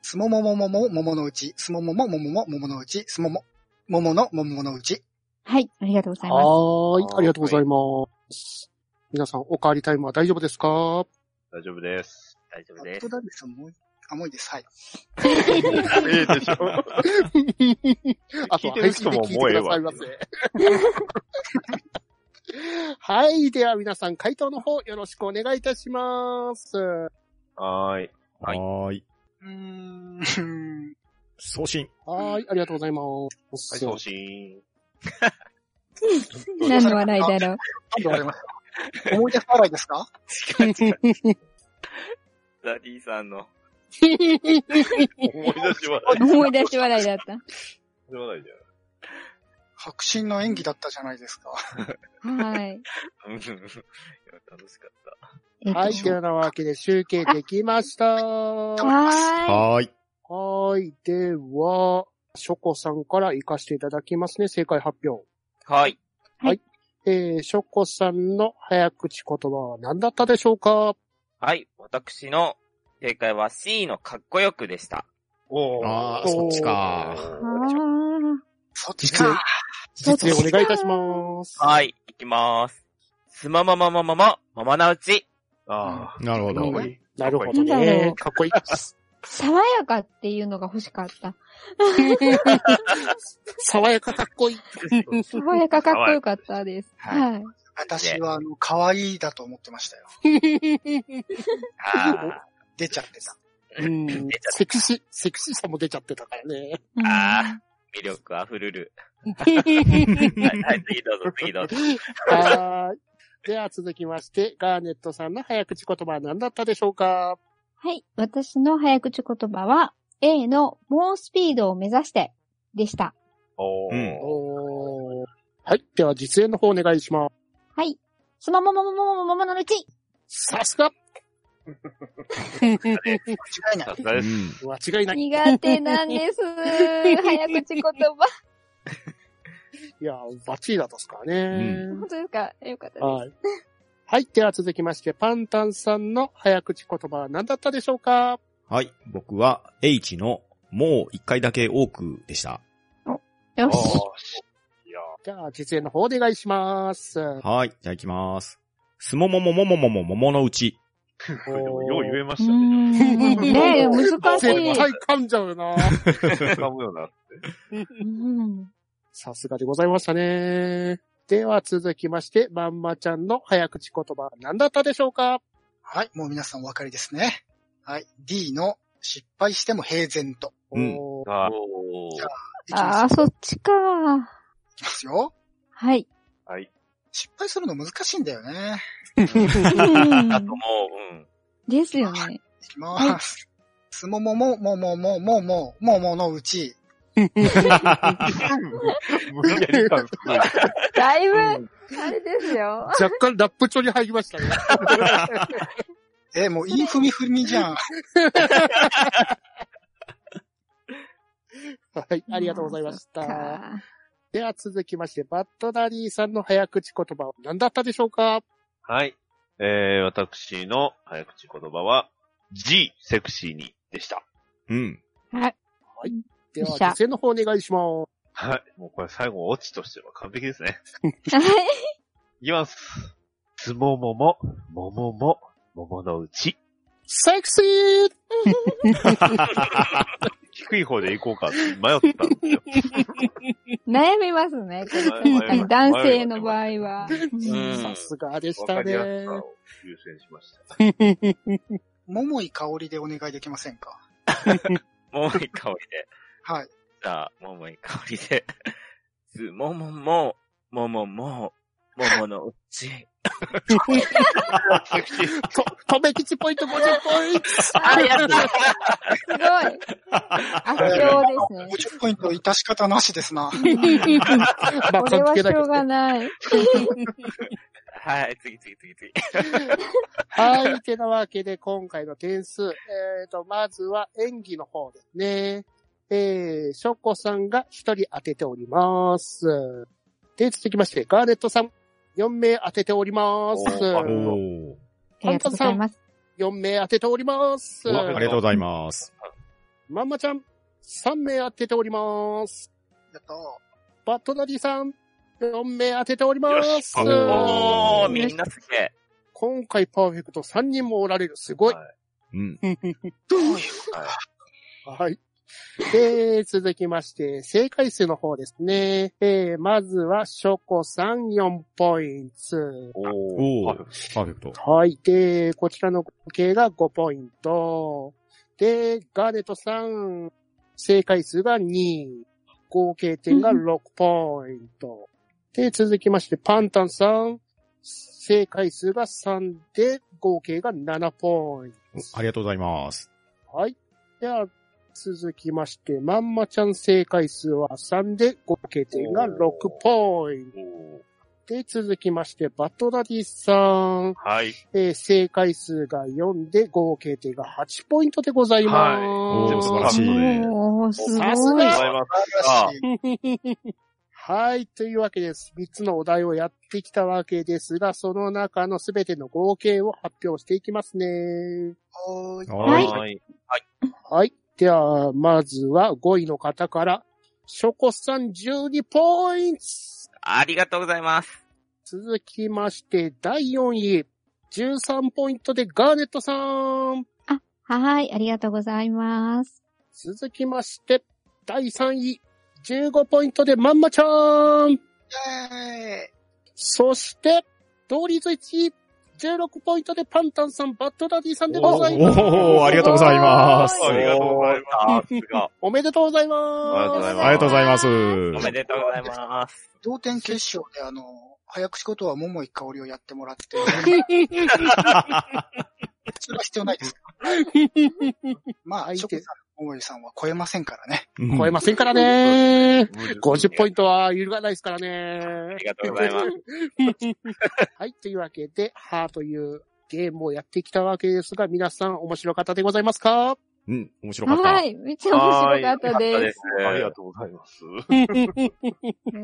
[SPEAKER 6] すももももももものうち、すもももももももものうち、すもも、もものもものうち。
[SPEAKER 4] はい。ありがとうございま
[SPEAKER 2] はーい
[SPEAKER 3] は、ーい
[SPEAKER 2] ありがとうございます。皆さんおかわりタイムは大丈夫ですか
[SPEAKER 3] 大丈夫です。
[SPEAKER 1] 大丈
[SPEAKER 6] バ
[SPEAKER 1] 夫で
[SPEAKER 6] ッ
[SPEAKER 1] す
[SPEAKER 6] ド。ダディさんもう、あ、もういいです。はい。
[SPEAKER 3] ええで しょ。
[SPEAKER 2] あとは配信で聞いてくださいませ。 はい。では皆さん、回答の方よろしくお願いいたします。は
[SPEAKER 3] はーい。
[SPEAKER 1] はい
[SPEAKER 5] はーい。
[SPEAKER 6] うーん。
[SPEAKER 5] 送信。
[SPEAKER 2] い。ありがとうございます。
[SPEAKER 3] はい、送信。
[SPEAKER 4] す。何の笑いだろう。
[SPEAKER 6] なんで終わり ました思い出払いです か
[SPEAKER 1] ダディさんの。
[SPEAKER 3] 思い出しは、
[SPEAKER 4] 思い出し笑いだった。
[SPEAKER 3] ではないじゃん。
[SPEAKER 6] 白真の演技だったじゃないですか。
[SPEAKER 4] はい。
[SPEAKER 1] うんいや楽しかった。
[SPEAKER 4] えっと
[SPEAKER 2] はい。というわけで集計できました。は
[SPEAKER 4] は
[SPEAKER 5] はーい。
[SPEAKER 2] い。では、ショコさんから活かしていただきますね。正解発表。
[SPEAKER 1] はい。
[SPEAKER 2] えー、ショコさんの早口言葉は何だったでしょうか
[SPEAKER 1] はい。私の正解は C のかっこよくでした。
[SPEAKER 3] お
[SPEAKER 5] あー、そっちか。
[SPEAKER 4] ーい。は
[SPEAKER 6] そっちか。
[SPEAKER 2] 実演お願いいたします。
[SPEAKER 1] はい。いきまーす。すまままままま、ままなうち。
[SPEAKER 3] あ
[SPEAKER 5] なるほど。
[SPEAKER 3] ー
[SPEAKER 2] なるほ
[SPEAKER 4] な
[SPEAKER 2] ど
[SPEAKER 4] んだろう。
[SPEAKER 2] ねかっこいい。
[SPEAKER 4] ー爽やかっていうのが欲しか った。
[SPEAKER 2] 爽やかかっこいい。
[SPEAKER 4] 爽やかかっこよかったです。はい。
[SPEAKER 6] 私は、あの、可愛いだと思ってましたよ。
[SPEAKER 1] あ
[SPEAKER 6] 出ちゃってた。
[SPEAKER 2] うん。セクシー、セクシーさも出ちゃってたから ね。
[SPEAKER 4] うん
[SPEAKER 1] あー魅力あふる る。はい、はい、次どうぞ、次どうぞ。
[SPEAKER 2] はーい。では続きまして、ガーネットさんの早口言葉は何だったでしょうか
[SPEAKER 4] はい。私の早口言葉は、A の猛スピードを目指して、でした。
[SPEAKER 3] お
[SPEAKER 5] う
[SPEAKER 3] ー。
[SPEAKER 5] ん
[SPEAKER 2] おーはい。では実演の方お願いします。
[SPEAKER 4] はい。スマモモモモモモモのうち。
[SPEAKER 2] さすが
[SPEAKER 6] 間違いない
[SPEAKER 3] さ。すがです。
[SPEAKER 2] 間違いない。
[SPEAKER 4] 苦手なんです。 早口言葉。
[SPEAKER 2] いや、バッチリだったっすからね。
[SPEAKER 4] 本当ですかよかったです。
[SPEAKER 2] はい。はい。では続きまして、パンタンさんの早口言葉は何だったでしょうか
[SPEAKER 5] はい。僕は H のもう一回だけ多くでした。
[SPEAKER 4] よ
[SPEAKER 3] おー
[SPEAKER 4] し。
[SPEAKER 3] し。いや
[SPEAKER 2] じゃあ、実演の方お願いします。
[SPEAKER 5] はい。じゃあ行きます。すももももももももものうち。
[SPEAKER 3] ー、これでもよう言えま
[SPEAKER 4] う
[SPEAKER 3] し
[SPEAKER 4] ー
[SPEAKER 3] たね。
[SPEAKER 4] んねえ、難しい
[SPEAKER 2] 絶。対噛んじゃ うな
[SPEAKER 3] 噛むよ うになって。
[SPEAKER 4] うん
[SPEAKER 2] さすがでございましたね。では続きまして、まんまちゃんの早口言葉は何だったでしょうか
[SPEAKER 6] はい、もう皆さんお分かりですね。はい、D の失敗しても平然と。
[SPEAKER 5] うん
[SPEAKER 2] おー
[SPEAKER 3] あー
[SPEAKER 1] おー
[SPEAKER 6] いきます
[SPEAKER 4] ああ、そっちか。
[SPEAKER 6] いきますよ。
[SPEAKER 4] はい。
[SPEAKER 3] はい。
[SPEAKER 6] 失敗するの難しいんだよね。
[SPEAKER 4] うん
[SPEAKER 1] あともう、うん。
[SPEAKER 4] ですよね。
[SPEAKER 6] いきます。すもももももももももものうち。
[SPEAKER 3] 無理やり感すごい。
[SPEAKER 4] だいぶ、あれですよ。
[SPEAKER 2] 若干ラップ調に入りました ね。
[SPEAKER 6] え、もうインフミフミじゃん。
[SPEAKER 2] はい、ありがとうございまし。
[SPEAKER 4] そったか
[SPEAKER 2] では続きまして、バッドダディさんの早口言葉は何だったでしょうか
[SPEAKER 3] はい。えー、私の早口言葉は、G、セクシーにでした。
[SPEAKER 5] うん。
[SPEAKER 4] はい。
[SPEAKER 2] では
[SPEAKER 4] よっしゃ
[SPEAKER 2] 実演の方お願いします。
[SPEAKER 3] はい。もうこれ最後、オチとしては完璧ですね。
[SPEAKER 4] はい
[SPEAKER 3] いきます。つももも、ももも、もものうち。
[SPEAKER 2] セクシー
[SPEAKER 3] 低い方で行こうかって迷ったんですよ。
[SPEAKER 4] 悩みますね。
[SPEAKER 3] 迷いまし た
[SPEAKER 4] 男性の場合は。
[SPEAKER 1] うん
[SPEAKER 2] さすがでし
[SPEAKER 3] わか
[SPEAKER 2] た
[SPEAKER 3] り
[SPEAKER 2] ね
[SPEAKER 3] や。すさを優先しました。
[SPEAKER 6] 桃井香りでお願いできませんか
[SPEAKER 1] もういい香りで。
[SPEAKER 6] はい。
[SPEAKER 1] じゃあ、もういい香りで。す、ももも、ももも、もものうち。
[SPEAKER 2] と、とめきちポイント50ポイント
[SPEAKER 4] あ、やったすごい。圧倒ですね。
[SPEAKER 6] 50ポイント致し方なしですな。
[SPEAKER 2] まあ、
[SPEAKER 4] これ
[SPEAKER 2] 関
[SPEAKER 4] はし
[SPEAKER 2] 係ないけ
[SPEAKER 4] ょ
[SPEAKER 2] ど
[SPEAKER 4] う
[SPEAKER 2] ね
[SPEAKER 4] がない。
[SPEAKER 1] はい、次次次次。
[SPEAKER 2] はい。てなわけで、今回の点数。えっ、と、まずは演技の方ですね。えー、ショコさんが1人当てております。で、続きまして、ガーネットさん、4名当てております。
[SPEAKER 5] お
[SPEAKER 3] お
[SPEAKER 5] ー。
[SPEAKER 4] ありがとうございます。
[SPEAKER 2] 4名当てております。
[SPEAKER 5] うわありがとうございます。
[SPEAKER 2] まんまちゃん、3名当てております。
[SPEAKER 6] やっと、
[SPEAKER 2] バットナディさん、4名当てておりま
[SPEAKER 3] よし
[SPEAKER 2] す。
[SPEAKER 1] おー、
[SPEAKER 5] お
[SPEAKER 1] みんなすげえ。
[SPEAKER 2] 今回パーフェクト3人もおられる。すごい。
[SPEAKER 5] うん。
[SPEAKER 6] どういう
[SPEAKER 2] はい。で、続きまして、正解数の方ですね。えー、まずは、ショコさん4ポイント。
[SPEAKER 3] お
[SPEAKER 5] お
[SPEAKER 3] ー
[SPEAKER 5] ー。パーフェクト。
[SPEAKER 2] はい。で、こちらの合計が5ポイント。で、ガーネットさん、正解数が2。合計点が6ポイント。で、続きまして、パンタンさん、正解数が3で、合計が7ポイント。
[SPEAKER 5] ありがとうございます。
[SPEAKER 2] はい。では、続きまして、まんまちゃん正解数は3で、合計点が6ポイント。
[SPEAKER 3] おー
[SPEAKER 2] で、続きまして、バトダディさん、
[SPEAKER 3] はい。
[SPEAKER 2] えー正解数が4で、合計点が8ポイントでございます。
[SPEAKER 3] はい
[SPEAKER 5] おー、素晴らしい。
[SPEAKER 4] おー、す
[SPEAKER 2] さす
[SPEAKER 4] ごい。
[SPEAKER 2] が
[SPEAKER 3] ありがとうございます。
[SPEAKER 6] らしい。
[SPEAKER 2] はい。というわけです。3つのお題をやってきたわけですが、その中のすべての合計を発表していきますね。
[SPEAKER 6] おーい
[SPEAKER 4] はい
[SPEAKER 3] い。
[SPEAKER 2] はい。では、まずは5位の方から、ショコさん12ポイント
[SPEAKER 1] ありがとうございます。
[SPEAKER 2] 続きまして、第4位。13ポイントでガーネットさん。
[SPEAKER 4] はい、ありがとうございます。
[SPEAKER 2] 続きまして、第3位。15ポイントでまんまちゃん。
[SPEAKER 6] イェーイ
[SPEAKER 2] そして、同率1位、16ポイントでパンタンさん、バッドダディさんでございます。
[SPEAKER 5] おおありがとうございます。
[SPEAKER 4] お
[SPEAKER 3] ありがとうござい
[SPEAKER 1] ます。さすが。
[SPEAKER 2] おめでとうござい
[SPEAKER 3] ありがとうござい
[SPEAKER 2] ま
[SPEAKER 3] ます
[SPEAKER 5] ありがとうございます。
[SPEAKER 1] おめでとうございます。
[SPEAKER 6] 同点決勝であの、早口言葉桃井香りをやってもらって、それは必要ないですけど。まあ、
[SPEAKER 2] 相
[SPEAKER 6] チ
[SPEAKER 2] 手
[SPEAKER 6] ョコさん、桃井さんは超えませんからね。
[SPEAKER 2] す。超えませんからね。50ポ
[SPEAKER 1] イン
[SPEAKER 2] イントは揺るがないですからね
[SPEAKER 1] あり。がとうござい ます。
[SPEAKER 2] はい、というわけで、ハーというゲームをやってきたわけですが、皆さん面白かったでございますか
[SPEAKER 5] うん、面白かった。
[SPEAKER 4] はい。めっちゃ面白かった
[SPEAKER 1] は
[SPEAKER 4] で
[SPEAKER 1] いよ
[SPEAKER 4] す。
[SPEAKER 3] ありがとうございます。
[SPEAKER 4] ね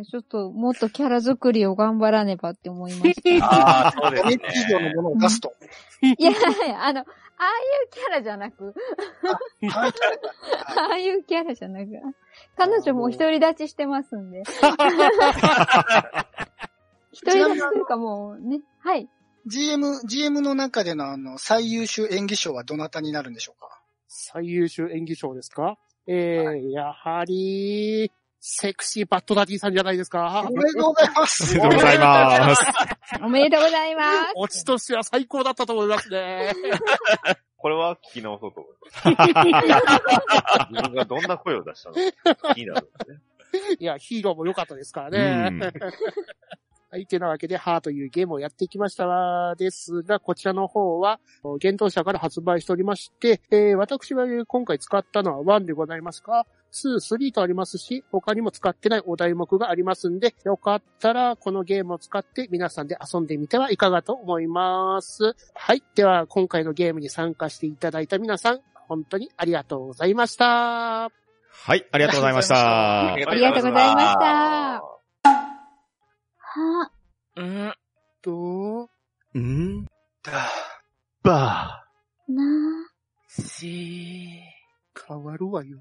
[SPEAKER 4] ちょっと、もっとキャラ作りを頑張らねばって思いました。い
[SPEAKER 1] ああ、そうです
[SPEAKER 6] ダメ
[SPEAKER 1] ね
[SPEAKER 6] ージ。企業のものを出すと。
[SPEAKER 4] や、あの、ああいうキャラじゃなく、
[SPEAKER 6] はい。
[SPEAKER 4] ああいうキャラじゃなく、彼女もう独り立ちしてますん で。独り立ちというかもうね、はい。
[SPEAKER 6] GM、GM の中でのあの、最優秀演技賞はどなたになるんでしょうか
[SPEAKER 2] 最優秀演技賞ですかえー、やはり、セクシーバッドダディさんじゃないですか
[SPEAKER 6] おめでとうございます。
[SPEAKER 5] おめでとうございます。
[SPEAKER 4] おめでとうございます。
[SPEAKER 2] オチとしては最高だったと思いますね。
[SPEAKER 3] これは聞き直そうと思い ます。自分がどんな声を出したのか気になるんですね。
[SPEAKER 2] いや、ヒーローも良かったですから
[SPEAKER 5] う
[SPEAKER 2] ね。
[SPEAKER 5] ん
[SPEAKER 2] はい、てなわけで、ハーというゲームをやってきましたですが、こちらの方は、幻冬者から発売しておりまして、えー私は今回使ったのは1でございますが、2、3とありますし、他にも使ってないお題目がありますんで、よかったらこのゲームを使って皆さんで遊んでみてはいかがと思います。はい、では今回のゲームに参加していただいた皆さん、本当にありがとうございました。
[SPEAKER 5] はい、ありがとうございまし
[SPEAKER 3] あ
[SPEAKER 5] た。
[SPEAKER 4] ありがとうございました。は、
[SPEAKER 1] うん。
[SPEAKER 2] と、
[SPEAKER 5] うん
[SPEAKER 3] バ
[SPEAKER 4] な、
[SPEAKER 1] し
[SPEAKER 2] 変わるわよ。